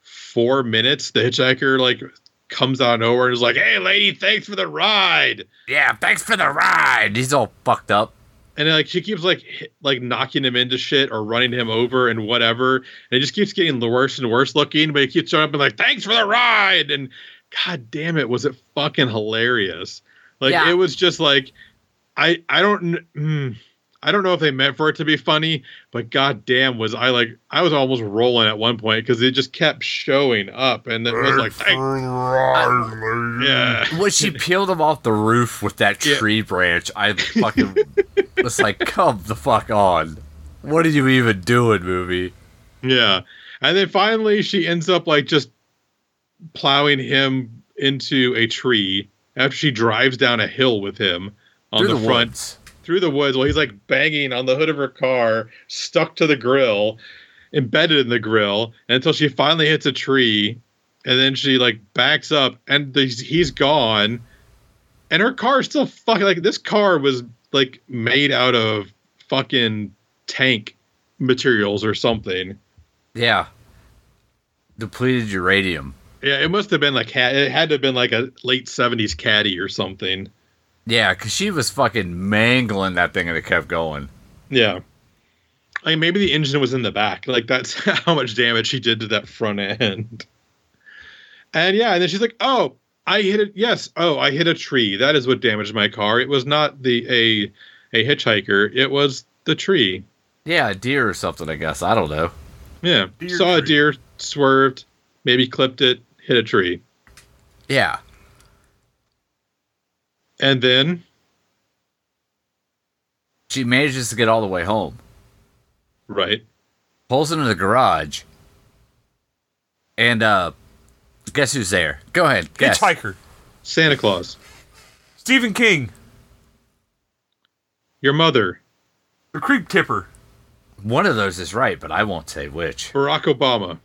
Speaker 3: four minutes, the hitchhiker like comes out of nowhere and is like, "Hey, lady, thanks for the ride."
Speaker 1: Yeah, thanks for the ride. He's all fucked up.
Speaker 3: and like she keeps like hit, like knocking him into shit or running him over and whatever and it just keeps getting worse and worse looking but he keeps showing up and like thanks for the ride and god damn it was it fucking hilarious like
Speaker 1: Yeah.
Speaker 3: it was just like i i don't kn- mm, i don't know if they meant for it to be funny but god damn was i like i was almost rolling at one point because it just kept showing up and it was like "Thank-" yeah
Speaker 1: When she peeled him off the roof with that
Speaker 3: Yeah.
Speaker 1: tree branch, I fucking was like, come the fuck on. What are you even doing, movie?
Speaker 3: Yeah. And then finally she ends up like just plowing him into a tree after she drives down a hill with him on
Speaker 1: Through
Speaker 3: the, front
Speaker 1: woods.
Speaker 3: through the woods while he's like banging on the hood of her car, stuck to the grill, embedded in the grill, until she finally hits a tree and then she like backs up and the, he's gone. And her car is still fucking like this car was like made out of fucking tank materials or something.
Speaker 1: Yeah. Depleted uranium.
Speaker 3: Yeah, it must have been like ha- it had to have been like a late '70s caddy or something.
Speaker 1: Yeah, because she was fucking mangling that thing and it kept going.
Speaker 3: Yeah. I mean, maybe the engine was in the back. Like that's how much damage she did to that front end. And yeah, and then she's like, "Oh, I hit it. Yes. Oh, I hit a tree. That is what damaged my car. It was not the a a hitchhiker. It was the tree.
Speaker 1: Yeah, a deer or something, I guess. I don't know.
Speaker 3: Yeah.
Speaker 2: Deer
Speaker 3: Saw a
Speaker 2: tree.
Speaker 3: deer, swerved, maybe clipped it, hit a tree,
Speaker 1: Yeah.
Speaker 3: and then
Speaker 1: She manages to get all the way home,
Speaker 3: right.
Speaker 1: pulls into the garage, and uh, guess who's there? Go ahead. Guess.
Speaker 2: Hitchhiker.
Speaker 3: Santa Claus,
Speaker 2: Stephen King.
Speaker 3: your mother,
Speaker 2: The creep tipper.
Speaker 1: One of those is right, but I won't say which.
Speaker 3: Barack Obama,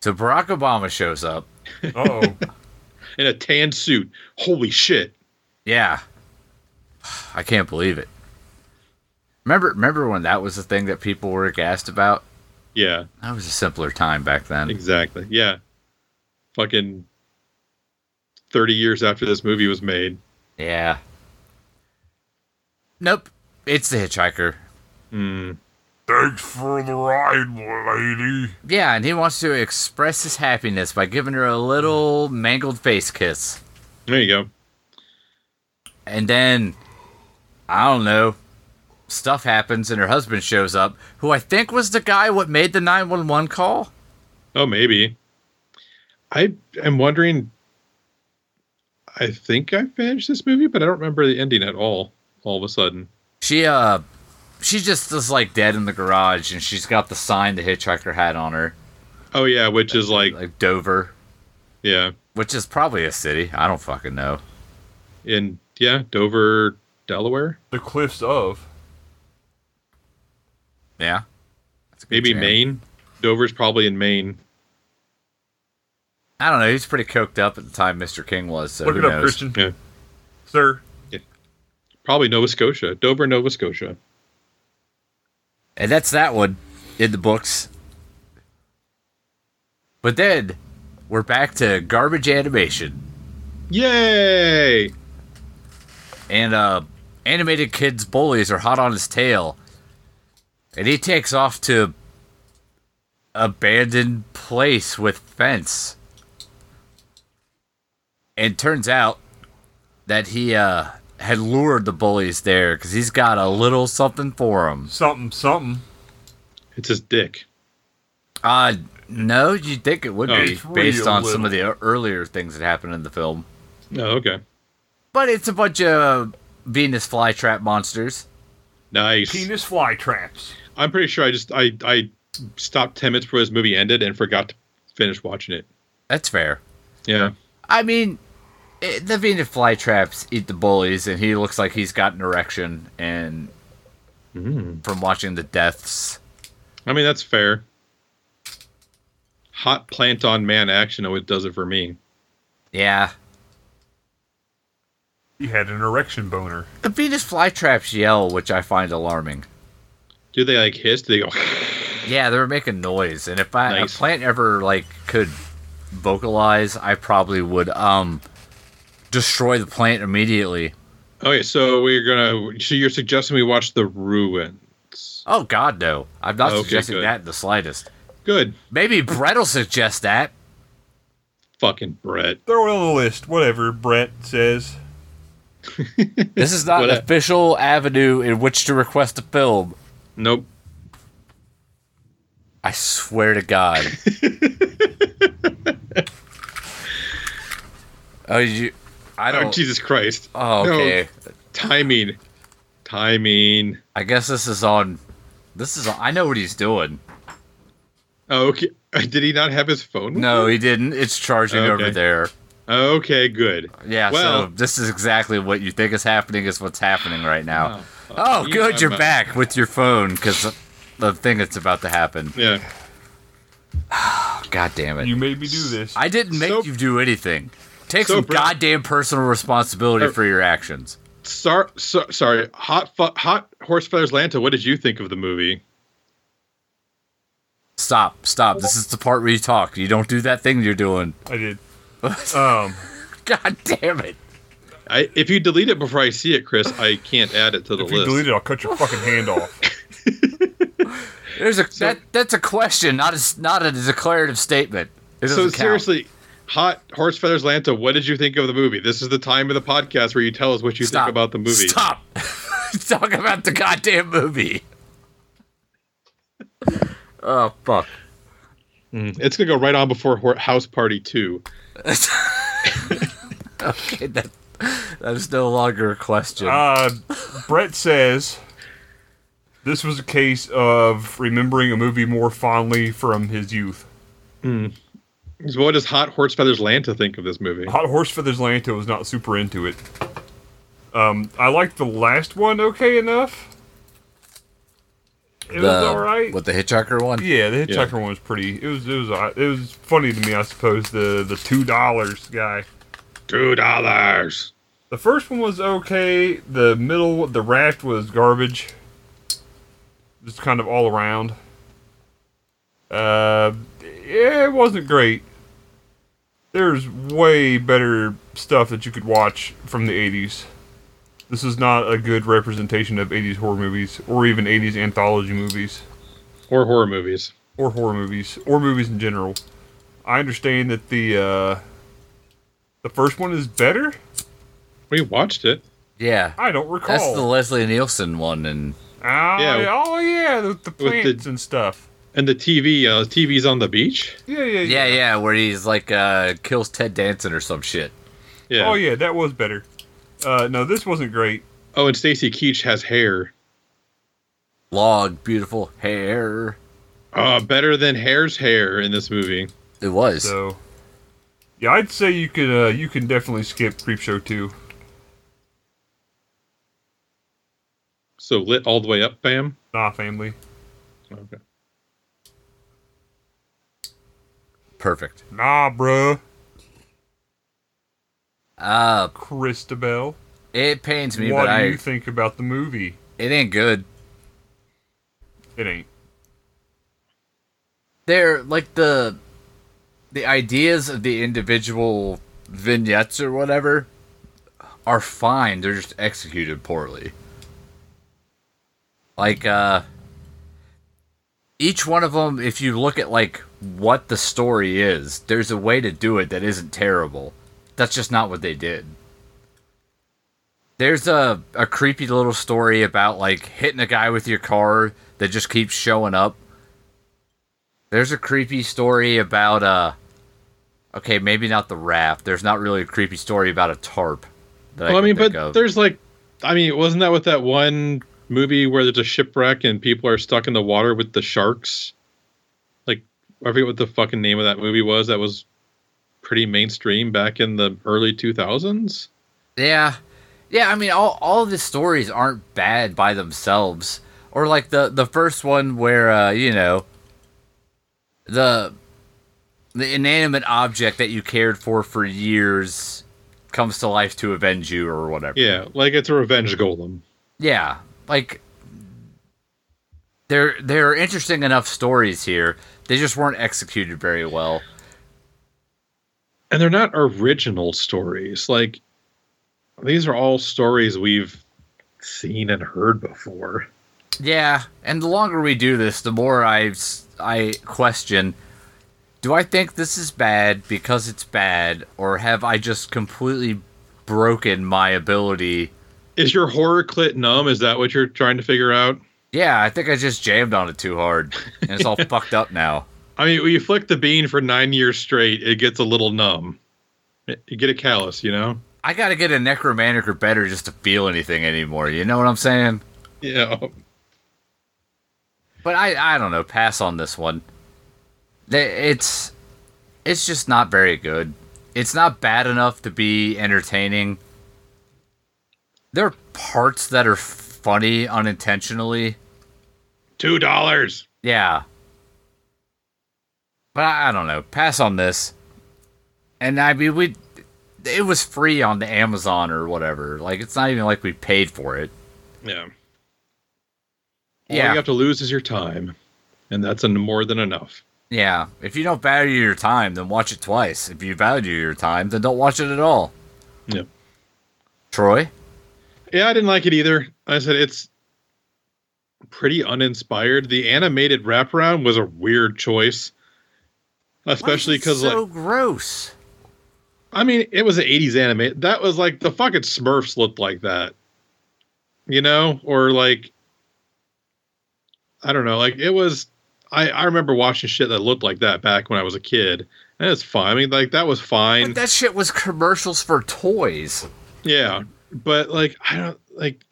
Speaker 1: So Barack Obama shows up.
Speaker 2: Oh,
Speaker 3: in a tan suit. Holy shit!
Speaker 1: Yeah. I can't believe it. Remember remember when that was the thing that people were aghast about?
Speaker 3: Yeah.
Speaker 1: That was a simpler time back then.
Speaker 3: Exactly. Yeah. Fucking 30 years after this movie was made.
Speaker 1: Yeah. Nope. It's the hitchhiker.
Speaker 3: Mm.
Speaker 2: thanks for the ride, lady.
Speaker 1: Yeah, and he wants to express his happiness by giving her a little mangled face kiss.
Speaker 3: There you go.
Speaker 1: And then I don't know. Stuff happens and her husband shows up, who I think was the guy what made the 911 call.
Speaker 3: Oh, maybe. I am wondering. I think I finished this movie, but I don't remember the ending at all. All of a sudden.
Speaker 1: She uh she just is like dead in the garage and she's got the sign the hitchhiker had on her,
Speaker 3: Oh, yeah, which is like,
Speaker 1: like Dover,
Speaker 3: yeah.
Speaker 1: which is probably a city. I don't fucking know.
Speaker 3: In, yeah, Dover, Delaware,
Speaker 2: The cliffs of.
Speaker 1: Yeah. That's a good
Speaker 3: maybe
Speaker 1: jam.
Speaker 3: Maine. Dover's probably in Maine.
Speaker 1: I don't know. He's pretty coked up at the time Mr. King was, so
Speaker 2: Look
Speaker 1: who
Speaker 2: it up,
Speaker 1: knows?
Speaker 2: Christian.
Speaker 3: Yeah.
Speaker 2: Sir.
Speaker 3: Probably Nova Scotia. Dover, Nova Scotia.
Speaker 1: And that's that one in the books. But then we're back to garbage animation
Speaker 3: Yay!
Speaker 1: and uh animated kids bullies are hot on his tail. And he takes off to abandoned place with fence. And turns out that he uh had lured the bullies there cuz he's got a little something for 'em.
Speaker 2: Something, something.
Speaker 3: It's his dick.
Speaker 1: Uh, no, you'd think it would
Speaker 3: Oh,
Speaker 1: be
Speaker 2: it's
Speaker 1: based
Speaker 2: real
Speaker 1: on some of the earlier things that happened in the film.
Speaker 3: Oh, okay.
Speaker 1: But it's a bunch of Venus flytrap monsters.
Speaker 3: Nice.
Speaker 2: Penis fly traps.
Speaker 3: I'm pretty sure I just I I stopped ten minutes before this movie ended and forgot to finish watching it.
Speaker 1: That's fair.
Speaker 3: Yeah.
Speaker 1: I mean, it, the Venus flytraps eat the bullies, and he looks like he's got an erection and
Speaker 3: Mm.
Speaker 1: from watching the deaths.
Speaker 3: I mean that's fair. Hot plant on man action always does it for me.
Speaker 1: Yeah.
Speaker 2: He had an erection boner.
Speaker 1: The Venus flytraps yell, which I find alarming.
Speaker 3: Do they like hiss? Do they go
Speaker 1: Yeah, they were making noise, and if I,
Speaker 3: Nice.
Speaker 1: a plant ever like could vocalize, I probably would um destroy the plant immediately.
Speaker 3: Okay, so we're gonna so you're suggesting we watch the ruins.
Speaker 1: Oh God, no! I'm not
Speaker 3: Okay,
Speaker 1: suggesting
Speaker 3: good.
Speaker 1: that in the slightest.
Speaker 3: Good.
Speaker 1: Maybe Brett'll suggest that.
Speaker 3: Fucking Brett.
Speaker 2: Throw it on the list. Whatever Brett says.
Speaker 1: This is not
Speaker 3: What
Speaker 1: an
Speaker 3: a-
Speaker 1: official avenue in which to request a film.
Speaker 3: Nope.
Speaker 1: I swear to God. oh, you. I
Speaker 3: Oh,
Speaker 1: don't.
Speaker 3: Jesus Christ.
Speaker 1: Oh,
Speaker 3: No,
Speaker 1: okay.
Speaker 3: Timing. Timing.
Speaker 1: I guess this is on. This is. On, I know what he's doing.
Speaker 3: Oh, okay. Did he not have his phone? with
Speaker 1: No,
Speaker 3: him?
Speaker 1: he didn't. It's charging
Speaker 3: Okay.
Speaker 1: over there.
Speaker 3: Okay, good.
Speaker 1: Yeah, so
Speaker 3: Well-
Speaker 1: this is exactly what you think is happening is what's happening right now. Oh,
Speaker 3: you
Speaker 1: good, you're
Speaker 3: have a-
Speaker 1: back with your phone because the thing that's about to happen.
Speaker 3: Yeah.
Speaker 1: God damn it.
Speaker 2: You made me do this.
Speaker 1: I didn't make
Speaker 3: So-
Speaker 1: you do anything. Take
Speaker 3: So
Speaker 1: some
Speaker 3: Brad-
Speaker 1: goddamn personal responsibility
Speaker 3: Er-
Speaker 1: for your actions.
Speaker 3: Sor- so, sorry, hot fu- hot horse feathers Lanta. What did you think of the movie?
Speaker 1: Stop, stop. This is the part where you talk. You don't do that thing you're doing.
Speaker 2: I did. Um,
Speaker 1: God damn it.
Speaker 3: I, if you delete it before I see it, Chris, I can't add it to the
Speaker 2: if you
Speaker 3: list.
Speaker 2: delete it, I'll cut your fucking hand off.
Speaker 1: There's a that that's a question, not a s- not a declarative statement. It
Speaker 3: so
Speaker 1: doesn't count.
Speaker 3: seriously, hot horse feathers Lanta. What did you think of the movie? This is the time of the podcast where you tell us what you
Speaker 1: Stop.
Speaker 3: think about the movie.
Speaker 1: Stop. Talk about the goddamn movie. oh fuck.
Speaker 3: It's gonna go right on before Hor- House Party Two.
Speaker 1: Okay, that that is no longer a question.
Speaker 2: Uh, Brett says this was a case of remembering a movie more fondly from his youth.
Speaker 3: So what does hot horse feathers Lanta think of this movie?
Speaker 2: Hot Horse Feathers Lanta was not super into it. Um, I liked the last one okay enough. It was
Speaker 1: The-
Speaker 2: all right.
Speaker 1: What the Hitchhiker one?
Speaker 2: Yeah, the Hitchhiker one was pretty. It was it was all- it was funny to me, I suppose. The the two dollars guy.
Speaker 3: Two dollars.
Speaker 2: The first one was okay. The middle, the raft was garbage. Just kind of all around. Uh, yeah, it wasn't great. There's way better stuff that you could watch from the 80s. This is not a good representation of 80s horror movies, or even 80s anthology movies,
Speaker 3: Or horror movies.
Speaker 2: or horror movies, or movies in general. I understand that the uh, the first one is better.
Speaker 3: We watched it.
Speaker 1: Yeah.
Speaker 2: I don't recall.
Speaker 1: That's the Leslie Nielsen one and
Speaker 2: Oh
Speaker 3: Yeah.
Speaker 2: yeah, oh yeah, the, the
Speaker 3: the-
Speaker 2: plants and stuff.
Speaker 3: And the TV, uh, TV's on the beach.
Speaker 2: Yeah, yeah, yeah,
Speaker 1: yeah, yeah, where he's like uh kills Ted Danson or some shit.
Speaker 3: Yeah.
Speaker 2: Oh yeah, that was better. Uh, no, this wasn't great.
Speaker 3: Oh, and Stacy Keach has hair.
Speaker 1: Long, beautiful hair.
Speaker 3: Uh, better than hair's hair in this movie.
Speaker 1: It was.
Speaker 2: So, yeah, I'd say you could uh, you can definitely skip Creepshow two.
Speaker 3: So lit all the way up, fam.
Speaker 2: Nah, family.
Speaker 3: Okay.
Speaker 1: Perfect.
Speaker 2: Nah, bruh.
Speaker 1: Uh
Speaker 2: Christabel,
Speaker 1: it pains me,
Speaker 2: what
Speaker 1: but
Speaker 2: do
Speaker 1: I
Speaker 2: you think about the movie?
Speaker 1: it ain't good.
Speaker 2: It ain't.
Speaker 1: they're like the the ideas of the individual vignettes or whatever are fine they're just executed poorly like uh each one of them if you look at like what the story is there's a way to do it that isn't terrible that's just not what they did there's a, a creepy little story about like hitting a guy with your car that just keeps showing up there's a creepy story about uh okay, maybe not the raft. There's not really a creepy story about a tarp. That
Speaker 3: well, I
Speaker 1: can
Speaker 3: mean,
Speaker 1: think
Speaker 3: but
Speaker 1: of.
Speaker 3: there's like, I mean, wasn't that with that one movie where there's a shipwreck and people are stuck in the water with the sharks? Like, I forget what the fucking name of that movie was. That was pretty mainstream back in the early 2000s.
Speaker 1: Yeah. Yeah, I mean all all the stories aren't bad by themselves. Or like the the first one where uh, you know the the inanimate object that you cared for for years comes to life to avenge you or whatever.
Speaker 3: Yeah, like it's a revenge golem.
Speaker 1: Yeah, like there there are interesting enough stories here. They just weren't executed very well.
Speaker 3: and they're not original stories. Like these are all stories we've seen and heard before.
Speaker 1: Yeah, and the longer we do this, the more I I question do I think this is bad because it's bad or have I just completely broken my ability?
Speaker 3: Is your horror clit numb? Is that what you're trying to figure out?
Speaker 1: Yeah, I think I just jammed on it too hard and it's all fucked up now.
Speaker 3: I mean, when you flick the bean for nine years straight, it gets a little numb. You get a callus, you know?
Speaker 1: I got to get a necromantic or better just to feel anything anymore. You know what I'm saying?
Speaker 3: Yeah.
Speaker 1: But I, I don't know. Pass on this one. They- It's, it's just not very good. It's not bad enough to be entertaining. There are parts that are funny unintentionally.
Speaker 3: Two dollars.
Speaker 1: Yeah. But I, I don't know. Pass on this. And I mean, we, it was free on the Amazon or whatever. Like it's not even like we paid for it.
Speaker 3: Yeah. All
Speaker 1: Yeah.
Speaker 3: you have to lose is your time. and that's en- more than enough.
Speaker 1: Yeah, if you don't value your time, then watch it twice. If you value your time, then don't watch it at all.
Speaker 3: Yeah.
Speaker 1: Troy?
Speaker 3: Yeah, I didn't like it either. I said it's pretty uninspired. The animated wraparound was a weird choice, especially because
Speaker 1: so
Speaker 3: like
Speaker 1: gross.
Speaker 3: I mean, it was an '80s anime. That was like the fucking Smurfs looked like that, you know, or like I don't know. Like it was. I I remember watching shit that looked like that back when I was a kid, and it's fine. I mean, like that was fine.
Speaker 1: But that shit was commercials for toys.
Speaker 3: Yeah, but like I don't like.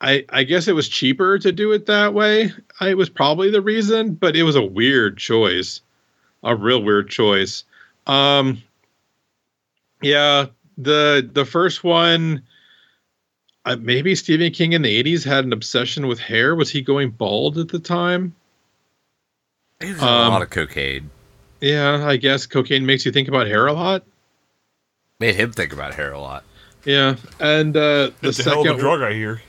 Speaker 3: I I guess it was cheaper to do it that way. I, it was probably the reason, but it was a weird choice, a real weird choice. Um. Yeah the the first one. Uh, maybe Stephen King in the '80s had an obsession with hair. Was he going bald at the time?
Speaker 1: It was a
Speaker 3: Um,
Speaker 1: lot of cocaine.
Speaker 3: Yeah, I guess cocaine makes you think about hair a lot.
Speaker 1: Made him think about hair a lot.
Speaker 3: Yeah, and uh, the
Speaker 2: It's the hell of a
Speaker 3: second
Speaker 2: drug I hear.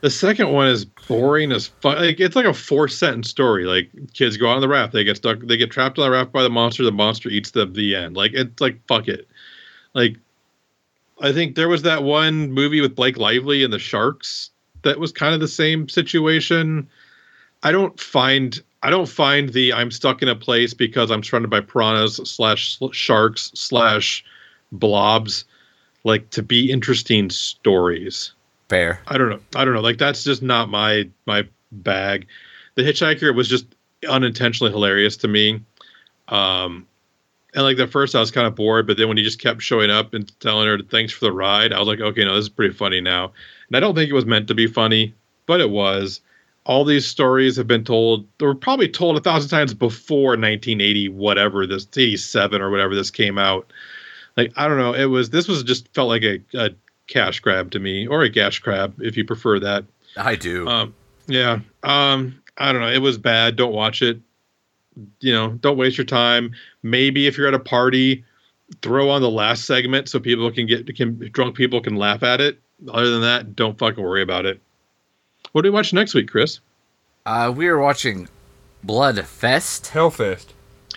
Speaker 3: The second one is boring as fuck. Like it's like a four sentence story. Like kids go out on the raft, they get stuck, they get trapped on the raft by the monster. The monster eats them. The end. Like it's like fuck it. Like I think there was that one movie with Blake Lively and the sharks that was kind of the same situation. I don't find I don't find the I'm stuck in a place because I'm surrounded by piranhas slash sl- sharks slash blobs like to be interesting stories.
Speaker 1: Fair.
Speaker 3: I don't know. I don't know. Like that's just not my my bag. The hitchhiker was just unintentionally hilarious to me. Um and like the first I was kind of bored, but then when he just kept showing up and telling her thanks for the ride, I was like, okay, no, this is pretty funny now. And I don't think it was meant to be funny, but it was. All these stories have been told, they were probably told a thousand times before 1980, whatever this 87 or whatever this came out. Like, I don't know. It was, this was just felt like a, a cash grab to me or a gash crab if you prefer that
Speaker 1: I do.
Speaker 3: um yeah um i don't know it was bad don't watch it you know don't waste your time maybe if you're at a party throw on the last segment so people can get can drunk people can laugh at it other than that don't fucking worry about it what do we watch next week chris
Speaker 1: Uh, we were watching Blood Fest.
Speaker 2: Hellfest.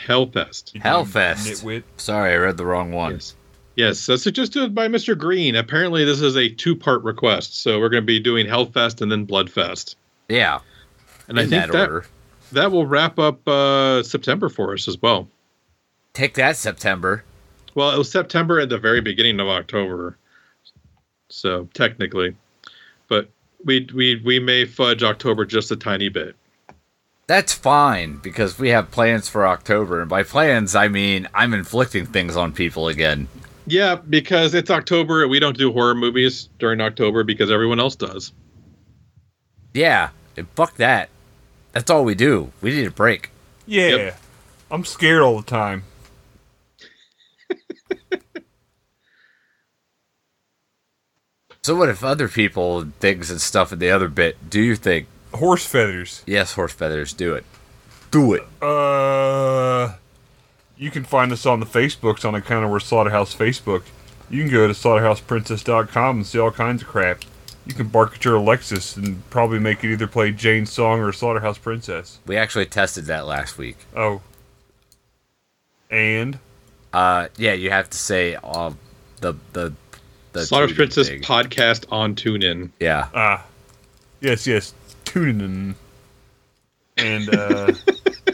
Speaker 3: hellfest
Speaker 2: you
Speaker 1: Hellfest.
Speaker 2: Nitwit.
Speaker 1: Sorry, I read the wrong one.
Speaker 3: yes yes that's suggested by mr green apparently this is a two-part request so we're going to be doing hellfest and then bloodfest
Speaker 1: Yeah,
Speaker 3: and i
Speaker 1: in
Speaker 3: think
Speaker 1: that
Speaker 3: that,
Speaker 1: order.
Speaker 3: that will wrap up uh september for us as well
Speaker 1: Take that, September.
Speaker 3: Well, it was September at the very beginning of October, so technically, but we we we may fudge October just a tiny bit.
Speaker 1: That's fine because we have plans for October, and by plans I mean I'm inflicting things on people again.
Speaker 3: Yeah, because it's October. We don't do horror movies during October because everyone else does.
Speaker 1: Yeah, and fuck that. That's all we do. We need a break.
Speaker 2: Yeah.
Speaker 3: Yep.
Speaker 2: I'm scared all the time.
Speaker 1: So what if other people and things and stuff in the other bit do you think?
Speaker 2: Horse feathers.
Speaker 1: Yes, horse feathers, do it. Do it.
Speaker 2: Uh, you can find us on the Facebooks on account of our Slaughterhouse Facebook. You can go to slaughterhouseprincess.com and see all kinds of crap. You can bark at your Alexis and probably make it either play Jane's song or Slaughterhouse Princess.
Speaker 1: We actually tested that last week.
Speaker 2: Oh. And
Speaker 1: Uh, yeah, you have to say uh, the the the
Speaker 3: Slaughter
Speaker 1: TV
Speaker 3: Princess
Speaker 1: thing.
Speaker 3: podcast on TuneIn.
Speaker 1: yeah,
Speaker 3: Uh,
Speaker 2: ah, yes, yes, tune in. And uh,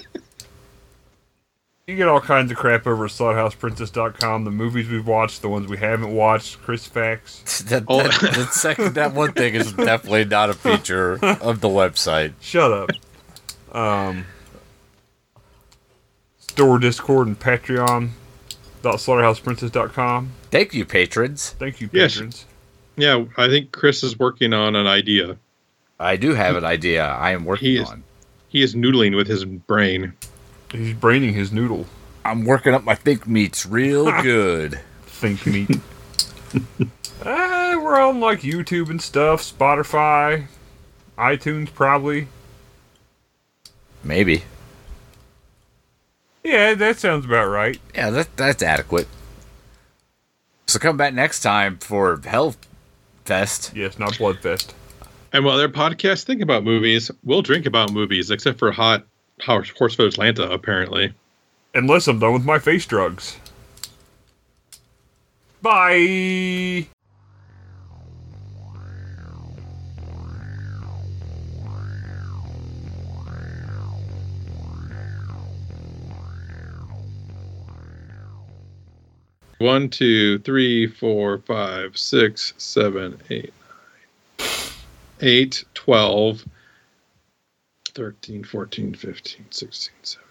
Speaker 2: you get all kinds of crap over at slaughterhouseprincess.com. The movies we've watched, the ones we haven't watched, Chris facts.
Speaker 1: that,
Speaker 3: Oh.
Speaker 1: that, that second that one thing is definitely not a feature of the website.
Speaker 2: Shut up. Um, store Discord and Patreon. slaughterhouseprincess.com.
Speaker 1: Thank you, patrons.
Speaker 2: Thank you,
Speaker 3: Yes.
Speaker 2: patrons.
Speaker 3: Yeah, I think Chris is working on an idea.
Speaker 1: I do have an idea. I am working
Speaker 3: He is-
Speaker 1: on.
Speaker 3: He is noodling with his brain.
Speaker 2: He's braining his noodle.
Speaker 1: I'm working up my think meats real good.
Speaker 2: Think meat. uh, we're on like YouTube and stuff, Spotify, iTunes, probably.
Speaker 1: Maybe.
Speaker 2: Yeah, that sounds about right.
Speaker 1: Yeah, that that's adequate. So come back next time for Hellfest.
Speaker 2: Yes, not Bloodfest.
Speaker 3: And while their podcasts think about movies, we'll drink about movies, except for hot horse, horse for Atlanta, apparently.
Speaker 2: Unless I'm done with my face drugs. Bye.
Speaker 3: One, two, three, four, five, six, seven, eight, nine, eight, twelve, thirteen, fourteen, fifteen, sixteen, seventeen.